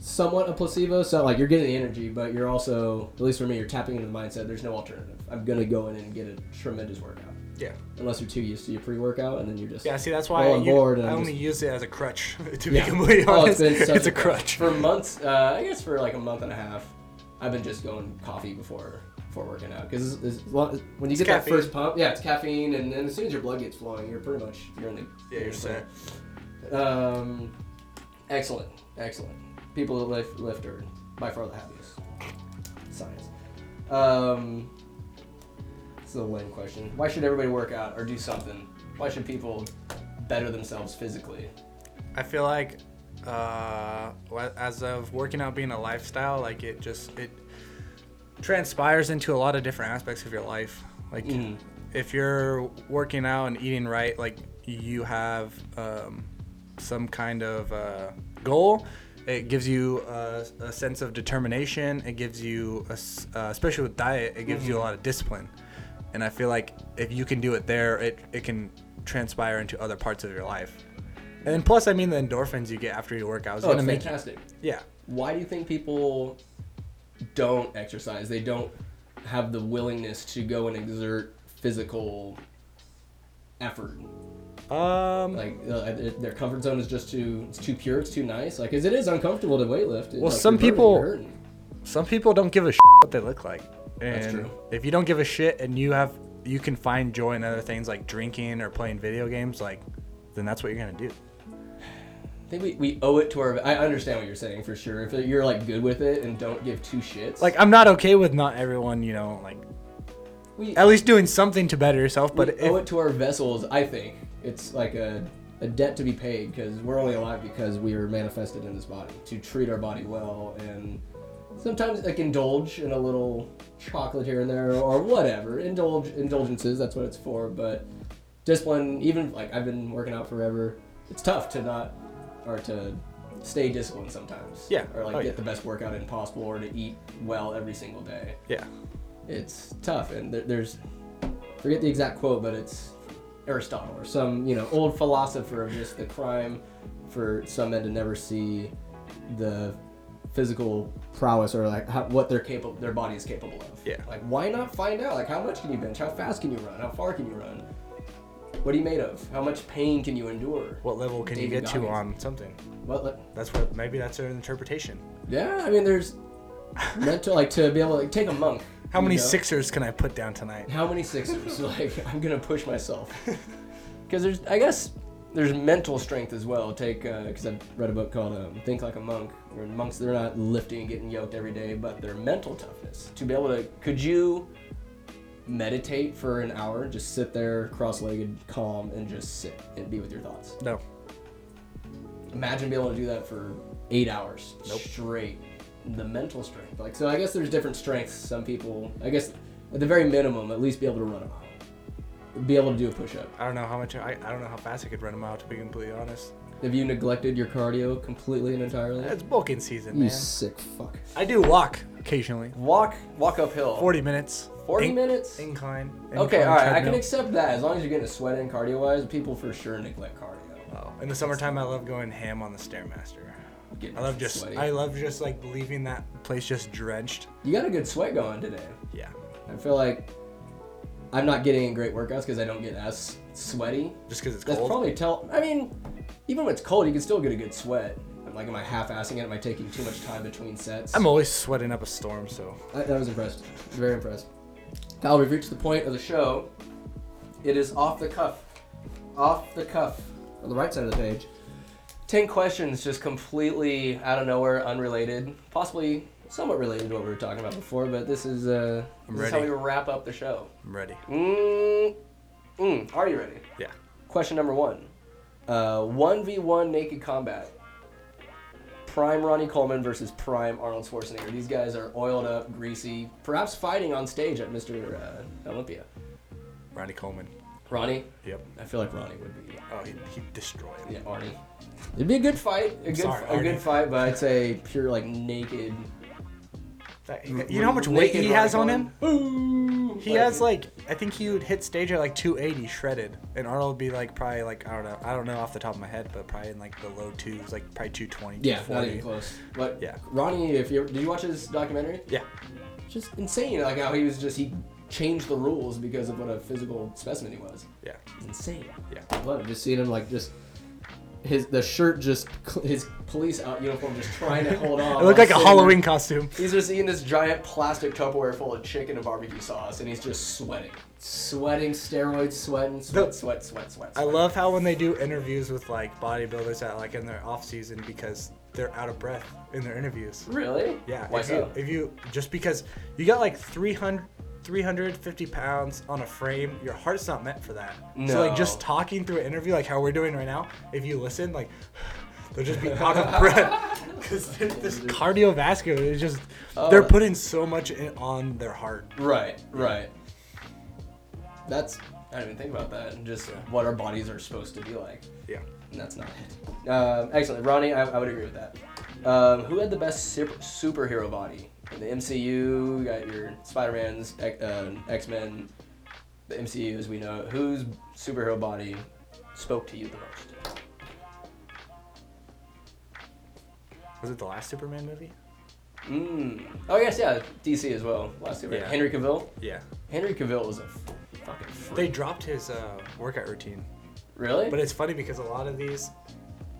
somewhat a placebo. So like you're getting the energy, but you're also, at least for me, you're tapping into the mindset. There's no alternative. I'm gonna go in and get a tremendous workout, Yeah. unless you're too used to your pre-workout, and then you're just Yeah. See, that's why all I, on u- board. And I I'm only just, use it as a crutch. To Yeah. be completely Oh, it's honest, been it's, such a crutch. for months. Uh, I guess for like a month and a half, I've been just going coffee before before working out because when you get that caffeine. first pump, yeah, it's caffeine, and then as soon as your blood gets flowing, you're pretty much you're in the Yeah, you're set. Um, excellent, excellent. People that lift lift are by far the happiest. Science. Um, this is a lame question. Why should everybody work out or do something? Why should people better themselves physically? I feel like uh, wh- as of working out being a lifestyle, like it just it transpires into a lot of different aspects of your life. Like if you're working out and eating right, like you have um, some kind of uh, goal. It gives you a, a sense of determination. It gives you, a s uh, especially with diet, it gives you a lot of discipline. And I feel like if you can do it there, it, it can transpire into other parts of your life. And then plus, I mean, the endorphins you get after you work out is Oh, gonna it's make you, fantastic. yeah. Why do you think people don't exercise? They don't have the willingness to go and exert physical effort Um, like uh, their- their comfort zone is just too it's too pure it's too nice like 'cause it is uncomfortable to weightlift well some people- some people don't give a shit what they look like. And That's true. if you don't give a shit and you have you can find joy in other things like drinking or playing video games, like then that's what you're gonna do. I think we, we owe it to our I understand what you're saying for sure if you're like good with it and don't give two shits Like I'm not okay with not everyone, you know, like we, at least doing something to better yourself, we but if, owe it to our vessels I think it's like a a debt to be paid because we're only alive because we are manifested in this body to treat our body well and sometimes like indulge in a little chocolate here and there or whatever indulge indulgences that's what it's for but discipline even like i've been working out forever it's tough to not or to stay disciplined sometimes Yeah. or like Oh, get yeah. the best workout in possible or to eat well every single day yeah. it's tough and there, there's forget the exact quote but it's aristotle or some you know old philosopher of just the crime for some men to never see the physical prowess or like how, what their capable their body is capable of Yeah. like why not find out like how much can you bench how fast can you run how far can you run what are you made of how much pain can you endure What level can you David get to Goggins. on something? what le- That's what maybe that's their interpretation. yeah i mean there's mental like to be able to like, take a monk How you many know? sixers can I put down tonight? how many sixers? like I'm gonna push myself. Because there's, I guess, there's mental strength as well. Take because I've read a book called um, Think Like a Monk. Where monks they're not lifting and getting yoked every day, but their mental toughness to be able to. Could you meditate for an hour, just sit there cross-legged, calm, and just sit and be with your thoughts? No. imagine being able to do that for eight hours straight. The mental strength, like so. I guess there's different strengths. Some people, I guess, at the very minimum, at least be able to run a mile, be able to do a push-up. I don't know how much I, I don't know how fast I could run a mile to be completely honest. Have you neglected your cardio completely and entirely? It's bulking season, you man. sick fuck. I do walk occasionally. Walk, walk uphill. Forty minutes. 40 In- minutes. Incline. okay, incline all right, I treadmill. can accept that as long as you're getting a sweat in Oh, cardio-wise. People for sure neglect cardio. In the summertime, I love going ham on the Stairmaster. getting I love just sweaty. I love just like leaving that place just drenched. you got a good sweat going today. Yeah. I feel like I'm not getting in great workouts because I don't get as sweaty. Just because it's That's cold. probably tell. I mean, even when it's cold, you can still get a good sweat. I'm like, am I half-assing it? Am I taking too much time between sets? I'm always sweating up a storm, so I, I was impressed. Very impressed. Kyle, we've reached the point of the show. It is off the cuff. Off the cuff. On the right side of the page. 10 questions just completely out of nowhere, unrelated. Possibly somewhat related to what we were talking about before, but this is, uh, this is how we ready. wrap up the show. I'm ready. Mm, mm, are you ready? Yeah. Question number one. Uh, 1v1 naked combat. Prime Ronnie Coleman versus Prime Arnold Schwarzenegger. These guys are oiled up, greasy, perhaps fighting on stage at Mr. Uh, Olympia. Ronnie Coleman. Ronnie? Yep. I feel like Ronnie would be. Oh, he he destroyed. Yeah, Arnie. It'd be a good fight. A good, sorry, a good Arnie. fight, but I'd say pure, like, naked. That- you know how much weight naked he has on Ronnie him? Coleman. Ooh! He has like I think he would hit stage at like 280 shredded, and Arnold would be like probably like I don't know I don't know off the top of my head, but probably in like the low twos, like probably 220. Yeah, not 240. even close. But Yeah. Ronnie, if you did you watch his documentary? Yeah, just insane like how he was just he changed the rules because of what a physical specimen he was yeah, it's insane yeah. i love it just seeing him like just his the shirt just cl- his police out uniform just trying to hold on It looked while like a sitting- Halloween costume. he's just eating this giant plastic tupperware full of chicken and barbecue sauce and he's just sweating sweating steroids sweating sweat The- sweat sweat sweat, I sweat. love how when they do interviews with like bodybuilders that like in their off season because they're out of breath in their interviews. really Yeah. why if so You, if you just because you got like 300, 350 pounds on a frame, your heart's not meant for that. So No. like just talking through an interview like how we're doing right now, if you listen, like they'll just be out of breath because this cardiovascular is just they're putting so much in, on their heart. Right, right. That's I didn't even think about that. and Just what our bodies are supposed to be like. Yeah. And that's not it. Um, excellent, Ronnie. I, I would agree with that. Um, who had the best super, superhero body in the MCU? You got your Spider Man's, uh, X Men, the MCU as we know. it. Whose superhero body spoke to you the most? Was it the last Superman movie? Mm. Oh yes, yeah, DC as well. Last year, Yeah. Henry Cavill. Yeah. Henry Cavill was a f- fucking freak. They dropped his uh, workout routine. Really? But it's funny because a lot of these,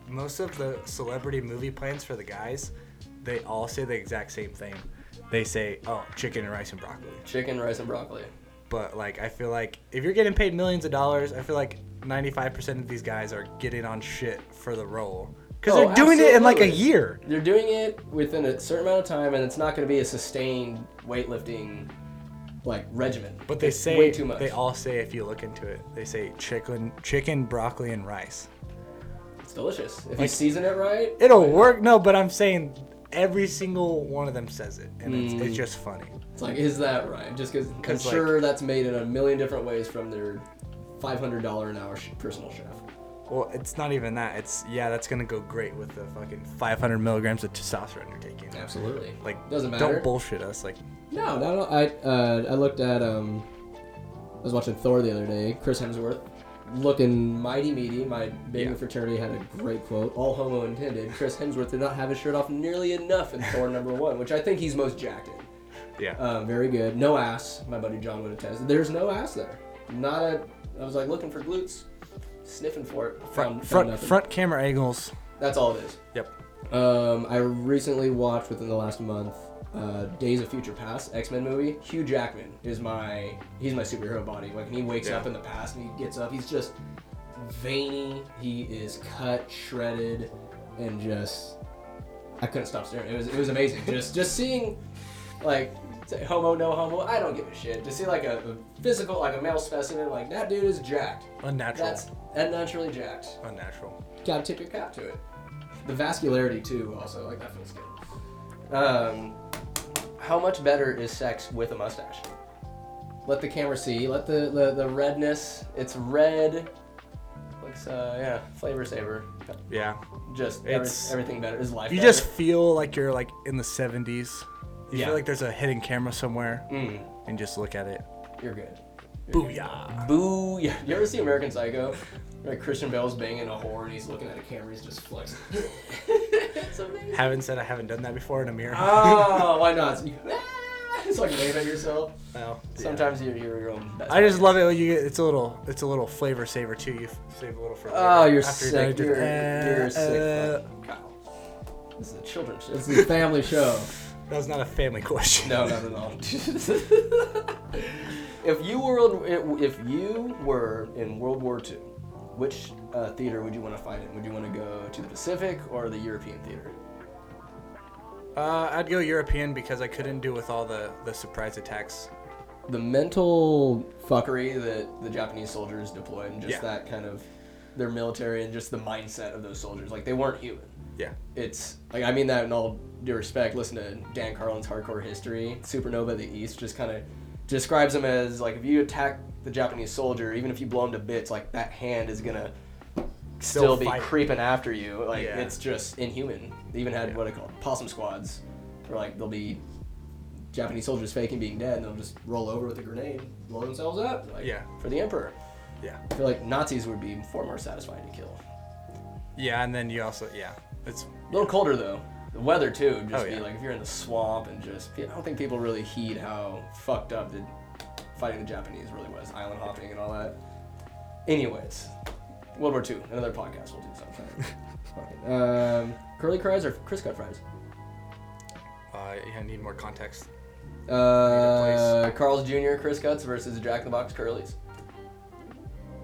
most of the celebrity movie plans for the guys, they all say the exact same thing. They say, oh, chicken and rice and broccoli. Chicken, rice, and broccoli. But like, I feel like if you're getting paid millions of dollars, I feel like 95% of these guys are getting on shit for the role. Because Oh, they're doing it in like a absolutely. year. They're doing it within a certain amount of time, and it's not going to be a sustained weightlifting like regimen. But they It's say, way too much. they all say, if you look into it, they say chicken, chicken, broccoli, and rice. it's delicious if you season it right. It'll work. No, but I'm saying every single one of them says it. And it's, Mm. it's just funny. It's like, is that right? Just because I'm It's like- sure that's made in a million different ways from their five hundred dollar an hour sh- personal chef. Well, it's not even that. It's yeah, that's gonna go great with the fucking 500 milligrams of testosterone you're taking. Absolutely. Like, doesn't matter. Don't bullshit us. Like, No, no, no. I uh, I looked at um, I was watching Thor the other day. Chris Hemsworth, looking mighty meaty. My baby Yeah. fraternity had a great quote, all homo intended. Chris Hemsworth did not have his shirt off nearly enough in Thor number one, which I think he's most jacked in. yeah, Um, very good. No ass. My buddy John would attest. There's no ass there. Not a. I was like looking for glutes, sniffing for it. Found, front found front nothing. front camera angles. That's all it is. Yep. Um, I recently watched within the last month uh, Days of Future Past X Men movie. Hugh Jackman is my he's my superhero body. Like when he wakes Yeah. up in the past and he gets up, he's just veiny. He is cut, shredded, and just I couldn't stop staring. It was it was amazing. just just seeing like say homo no homo. I don't give a shit. To see like a, a physical like a male specimen like that dude is jacked. Unnatural. That's unnaturally jacked Unnatural. gotta tip your cap to it. The vascularity too, also like that feels good. Um, how much better is sex with a mustache? Let the camera see. Let the the, the redness. It's red. Looks uh yeah flavor saver. Yeah. Just every, It's- everything better is life. You better. just feel like you're like in the 70s. You Yeah. feel like there's a hidden camera somewhere, Mm, and just look at it. you're good. Booyah. Boo! Yeah. You ever see American Psycho? Like Christian Bell's banging a whore and he's looking at a camera. He's just flexing. it's amazing. Haven't said I haven't done that before in a mirror. Oh, why not? You- Ah, It's like wave at yourself. Well, yeah. Sometimes you're, you're your own best. I just love it. when You get, it's a little, it's a little flavor saver too. You f- save a little for later. Oh, you're After sick. done, You're, just, you're, uh, a sick. fucking Kyle. This is a children's show. This is a family show. uh, That was not a family question. No, not at all. if you were in- if you were in World War II, which uh, theater would you want to fight in? Would you want to go to the Pacific or the European theater? Uh, I'd go European because I couldn't do with all the the surprise attacks. The mental fuckery that the Japanese soldiers deployed, and just Yeah. that kind of their military and just the mindset of those soldiers, like they weren't human. Yeah. It's like I mean that in all due respect. Listen to Dan Carlin's Hardcore History. Supernova of the East just kind of describes him as like if you attack the Japanese soldier, even if you blow him to bits, like that hand is gonna still, Still be fight. creeping after you. Like Yeah. it's just inhuman. They even had what I call possum squads, where like they'll be Japanese soldiers faking being dead, and they'll just roll over with a grenade, blow themselves up. Like, Yeah. For the emperor, Yeah. I feel like Nazis would be far more satisfying to kill. Yeah, and then you also yeah, it's A little colder though. The weather too. would Just Oh, be yeah. like if you're in the swamp and just. I don't think people really heed how fucked up the fighting the Japanese really was. Island hopping and all that. Anyways, World War II. Another podcast we'll do sometime. Fuck it. um, curly fries or Crisco fries? uh, yeah, I need more context. Uh, Carl's Jr. Criscuts versus Jack in the Box Curlies.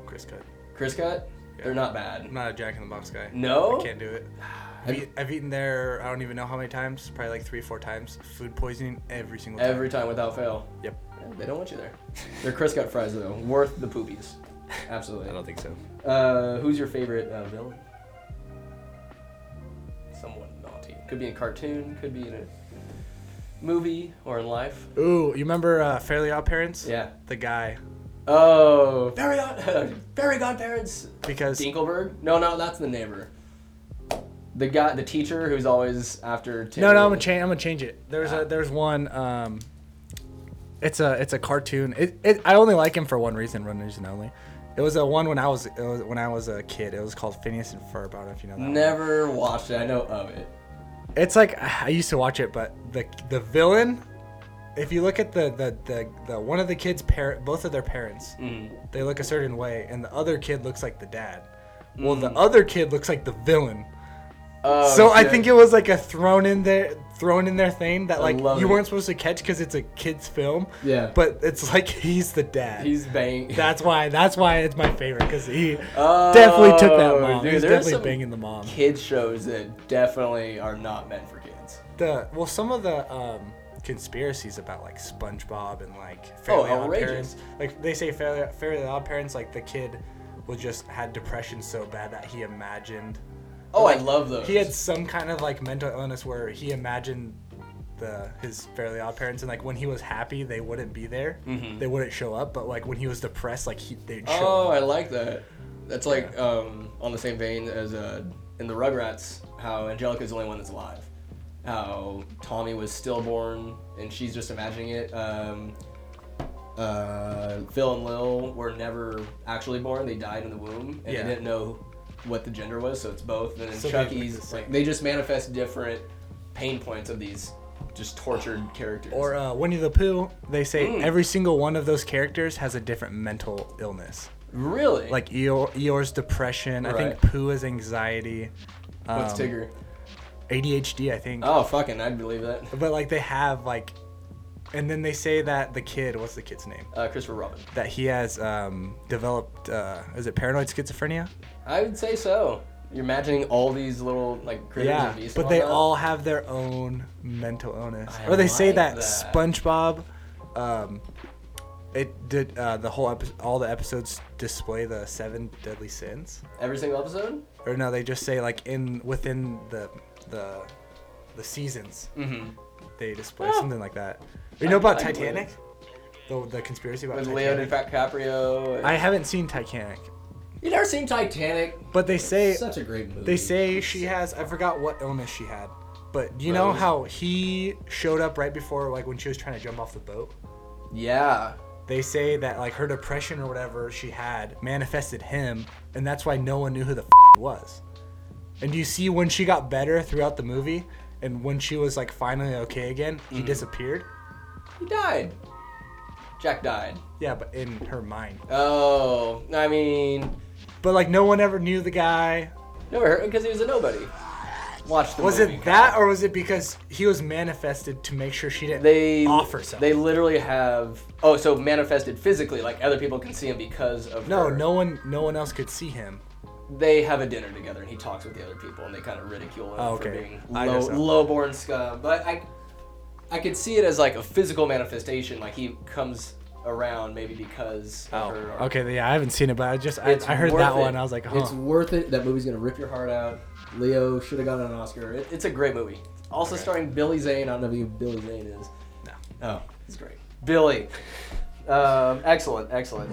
Chris cut. Criscut? They're not bad. I'm not a Jack in the Box guy. No? I can't do it. I've, eat- I've eaten there. I don't even know how many times. Probably like three, four times. Food poisoning every single time. Every time without fail. Yep. Yeah, they don't want you there. They're Criscut fries though. Worth the poopies. Absolutely. I don't think so. Uh, who's your favorite uh, villain? Someone naughty. Could be in a cartoon. Could be in a movie or in life. Ooh, you remember uh, Fairly Odd Parents? Yeah. The guy Oh, fairy god, fairy godparents. because Dinkelberg? No, no, that's the neighbor. The guy, the teacher who's always after. Tim No, no, I'm gonna change. I'm gonna change it. There's a there's one. Um, it's a it's a cartoon. It, it I only like him for one reason, one reason only. It was a one when I was, it was when I was a kid. It was called Phineas and Ferb. I don't know if you know that. one. Never watched it. I know of it. It's like I used to watch it, but the the villain. If you look at the the the, the one of the kids' parent, both of their parents, they look a certain way, and the other kid looks like the dad. Well, the other kid looks like the villain. Oh, so I shit. think it was like a thrown in there, thrown in there thing that like love you it. weren't supposed to catch because it's a kids' film. Yeah. But it's like he's the dad. he's bang. that's why. That's why it's my favorite because he Uh. definitely took that Oh, mom. dude, he's there's definitely some banging the mom. Kids shows that definitely are not meant for kids. The well, some of the um, conspiracies about like SpongeBob and like Fairly Odd Oh, outrageous. Parents, like they say Fairly, Fairly Odd Parents, like the kid was just had depression so bad that he imagined Oh, I love those. he had some kind of like mental illness where he imagined the his fairly odd parents and like when he was happy they wouldn't be there they wouldn't show up but like when he was depressed like he, they'd show Mm-hmm. Oh, up I like that. That's like um, on the same vein as uh, in the Rugrats, how Angelica's the only one that's alive. How Tommy was stillborn and she's just imagining it. Um, uh, Phil and Lil were never actually born; they died in the womb, and Yeah. they didn't know what the gender was, so it's both. And then So they look the Chucky's same. like they just manifest different pain points of these just tortured characters. or uh, Winnie the Pooh they say Mm. every single one of those characters has a different mental illness really, like Eeyore, Eeyore's depression I Right. think Pooh is anxiety what's Tigger? ADHD I think Um, Oh, fucking, I'd believe that. but like they have like and then they say that the kid what's the kid's name Uh, Christopher Robin. that he has um, developed uh, is it paranoid schizophrenia I would say so. You're imagining all these little like critters Yeah, and beasts. but and they that. all have their own mental illness. I or they say like that, that. SpongeBob, um, it did uh, the whole epi- all the episodes display the seven deadly sins. every single episode. Or no, they just say like in within the the the seasons they display something like that. You know about Mm. Ah. I can believe Titanic? The the conspiracy about With Leo Titanic. DiCaprio. And... I haven't seen Titanic, You never seen Titanic? but they say Such a great movie. They say she has I forgot what illness she had. But do you know Rose? how he showed up right before like when she was trying to jump off the boat? Yeah. They say that like her depression or whatever she had manifested him and that's why no one knew who the f- was. And you see when she got better throughout the movie, and when she was like finally okay again, he disappeared. He died. Jack died. Yeah, but in her mind. Oh, I mean, But like no one ever knew the guy. never heard because he was a nobody. Watch the Was movie. it that, or was it because he was manifested to make sure she didn't they offer something? They literally have oh, so manifested physically, like other people can see him because of no, her. no one, no one else could see him. They have a dinner together, and he talks with the other people, and they kind of ridicule him Oh, for okay. being I low, guess so. lowborn scum. But I, I could see it as like a physical manifestation, like he comes around maybe because of her. or- Oh, Okay, yeah, I haven't seen it, but I just I, Oh. It's I heard worth that it. one. I was like, huh. it's worth it. That movie's gonna rip your heart out. Leo should have gotten an Oscar. It, it's a great movie. Also starring Billy Zane. I don't know who Billy Zane is. No. Oh, it's great. Billy. Um, excellent, excellent.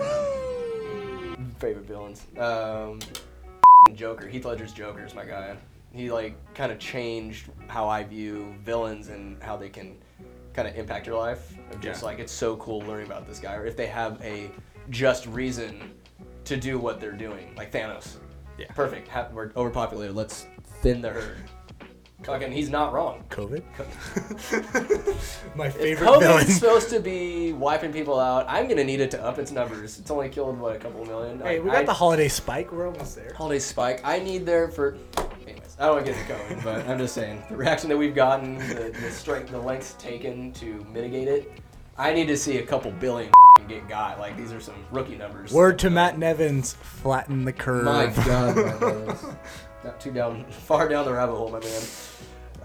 Favorite villains. Um, Joker. Heath Ledger's Joker is my guy. He like kind of changed how I view villains and how they can kind of impact your life. Of just Yeah. like it's so cool learning about this guy, or if they have a just reason to do what they're doing, like Thanos. Yeah. Perfect. Ha- we're overpopulated. Let's thin the herd. Fucking, he's not wrong. COVID. My If favorite villain. COVID's supposed to be wiping people out, I'm gonna need it to up its numbers. It's only killed what a couple million. Hey, we got the holiday spike. We're almost there. holiday spike. I need there for. Anyways, I don't want to get into COVID, but I'm just saying the reaction that we've gotten, the, the strength, the lengths taken to mitigate it. I need to see a couple billion get got. Like these are some rookie numbers. Word to Matt Nevins, flatten the curve. My God, my goodness. not too down, far down the rabbit hole, my man.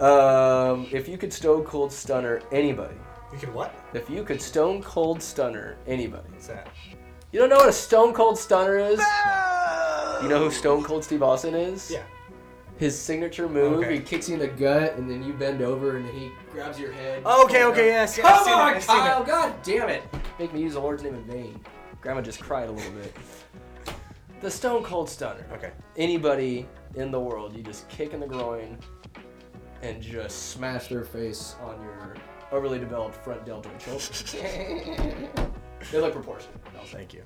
Um, if you could stone cold stunner anybody, You can what? if you could stone cold stunner anybody, What's that? you don't know what a stone cold stunner is. You know who Stone Cold Steve Austin is? Yeah. His signature move, Okay. he kicks you in the gut, and then you bend over, and he grabs your head. Okay, okay, yes, yes, I've Come seen it, on, I've seen Kyle! God damn it! Make me use the Lord's name in vain. Grandma just cried a little bit. The Stone Cold Stunner. Okay. Anybody in the world, you just kick in the groin, and just smash their face on your overly developed front deltoid shoulder. they look proportionate. I'll say. Thank you.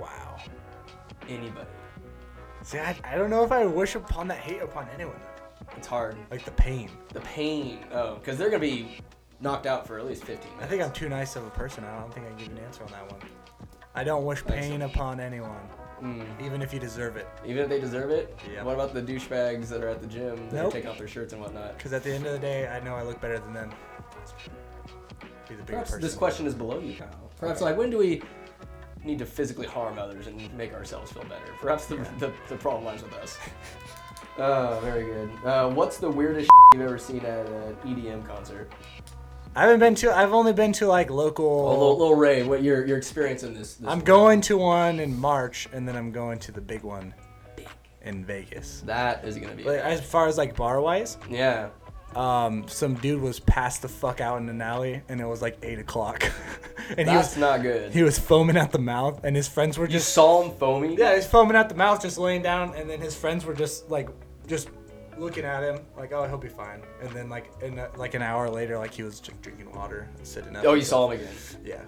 Wow. Anybody. See, I, I don't know if I wish upon that hate upon anyone. It's hard. Like the pain. The pain. Oh, because they're gonna be knocked out for at least 15 minutes. I think I'm too nice of a person. I don't think I can give you an answer on that one. I don't wish pain upon anyone, Mm. even if you deserve it. Even if they deserve it. Yeah. What about the douchebags that are at the gym that are Nope. taking off their shirts and whatnot? Because at the end of the day, I know I look better than them. Be the bigger Perhaps person. this question is below you, Kyle. Perhaps like when do we need to physically harm others and make ourselves feel better? Perhaps the the, the problem lies with us. Oh, very good. Uh, what's the weirdest you've ever seen at an EDM concert? I haven't been to. I've only been to like local. Oh, little, little Ray, what your your experience in this? this I'm world. going to one in March, and then I'm going to the big one in Vegas. That is gonna be. Like, as far as like bar wise, yeah. um, some dude was passed the fuck out in an alley, and it was like eight o'clock, and he That's was not good. he was foaming out the mouth, and his friends were you just saw him foamy. yeah, he's foaming out the mouth, just laying down, and then his friends were just like just looking at him like oh he'll be fine, and then like in a, like an hour later like he was just drinking water and sitting up. Oh, you saw him again. Yeah.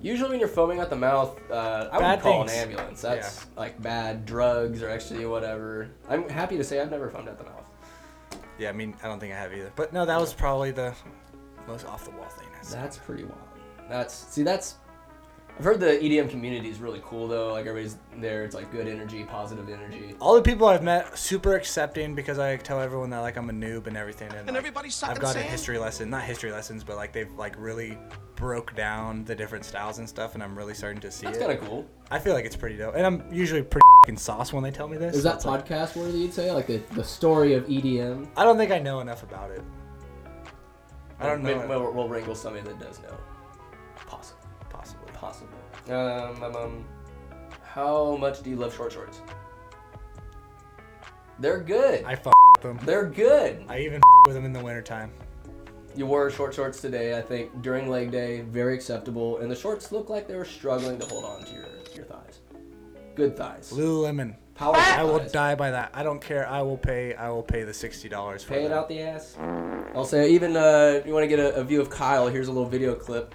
Usually, when you're foaming at the mouth, uh, I would Bad call an things. ambulance. That's like bad drugs or ecstasy, whatever. I'm happy to say I've never foamed at the mouth. Yeah, I mean, I don't think I have either. But no, that was probably the most off the wall thing. I saw. That's pretty wild. That's see, that's. I've heard the EDM community is really cool though. Like everybody's there. It's like good energy, positive energy. All the people I've met super accepting because I tell everyone that like I'm a noob and everything, and, like, everybody's sucking I've got a sand? history lesson, not history lessons, but like they've like really broke down the different styles and stuff, and I'm really starting to see That's it. kind of cool. I feel like it's pretty dope, and I'm usually pretty fucking sauce when they tell me this. Is that so it's like- podcast worthy? You'd say like the, the story of E EDM. I don't think I know enough about it. I don't know. Maybe We'll, we'll wrangle somebody that does know. Possible. Possibly. Possible. Um, um, um, how much do you love short shorts? They're good. I f- them. They're good. I even f- with them in the wintertime. You wore short shorts today, I think, during leg day, very acceptable. And the shorts look like they were struggling to hold on to your, your thighs. Good thighs. Lululemon. Power I will thighs. die by that. I don't care. I will pay. I will pay the sixty dollars for Pay it that. out the ass. I'll say, even uh, you want to get a, a view of Kyle, here's a little video clip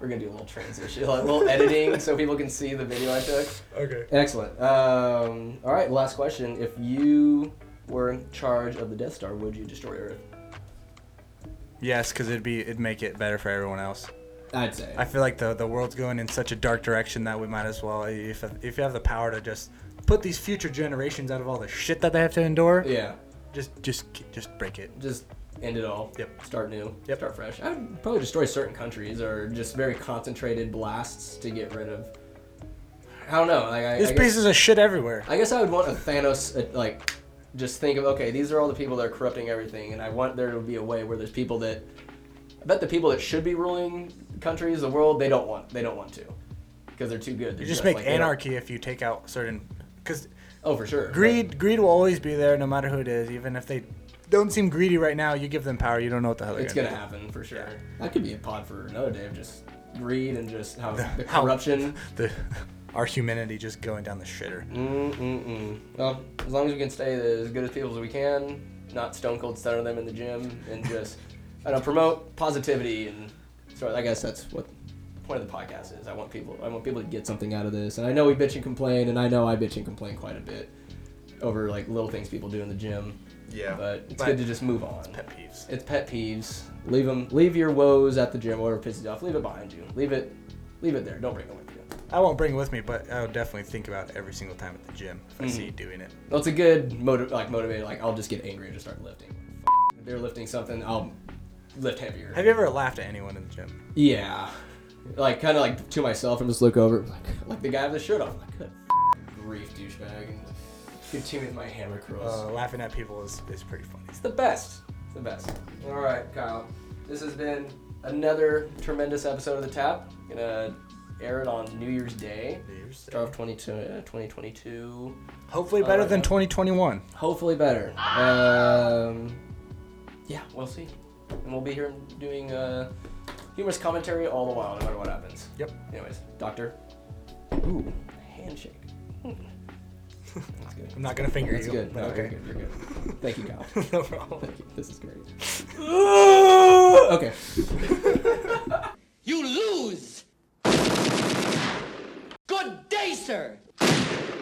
We're gonna do a little transition, like a little editing, so people can see the video I took. Okay. Excellent. Um, all right, last question. If you were in charge of the Death Star, would you destroy Earth? Yes, because it'd be it'd make it better for everyone else. I'd say. I feel like the the world's going in such a dark direction that we might as well if if you have the power to just put these future generations out of all the shit that they have to endure, Yeah. just just just break it. Just end it all. Yep. Start new. Yep. Start fresh. I would probably destroy certain countries or just very concentrated blasts to get rid of. I don't know. Like, I, There's I guess, pieces of shit everywhere. I guess I would want a Thanos, uh, like, just think of okay, these are all the people that are corrupting everything, and I want there to be a way where there's people that. I bet the people that should be ruling countries, the world, they don't want. They don't want to, because they're too good. You just make anarchy. anarchy if you take out certain because Oh, for sure. greed greed will always be there no matter who it is even if they don't seem greedy right now you give them power you don't know what the hell But they're It's gonna gonna happen for sure. Yeah. That could be a pod for another day of just greed and just how the, how- corruption. do. the our humanity just going down the shitter Mm. Mm-mm-mm. Well, as long as we can stay as good as people as we can, not stone cold stunner them in the gym, and just I don't know, promote positivity and so I guess that's what the point of the podcast is. I want people I want people to get something out of this, and I know we bitch and complain, and I know I bitch and complain quite a bit over like little things people do in the gym. Yeah. but it's But- good to just move on. pet peeves It's pet peeves. Leave them. Leave your woes at the gym. Whatever pisses you off, leave it behind you. Leave it. Leave it there. Don't bring it with you. I won't bring it with me but I'll definitely think about it every single time at the gym if Mm. I see you doing it Well, it's a good motiv- like motivator. Like I'll just get angry and just start lifting. F- If they're lifting something, I'll lift heavier. have you ever laughed at anyone in the gym Yeah. Like kind of like to myself and just look over. Like, like the guy with the shirt off. I'm Like good f- grief, douchebag. And continue with my hammer curls. uh, laughing at people is, is pretty funny It's the best. It's the best. All right, Kyle. This has been another tremendous episode of The Tap. Gonna air it on New Year's Day. Start of 22, uh, 2022. hopefully better Alright, than man. 2021 Hopefully better. Um, yeah, we'll see. And we'll be here doing uh, humorous commentary all the while, no matter what happens. Yep. Anyways, Doctor. Ooh, handshake. Mm. That's good. I'm not gonna finger That's you good. but No, you're okay good. You're good. Thank you, Kyle. no problem Thank you. This is great. okay. You lose! Good day, sir!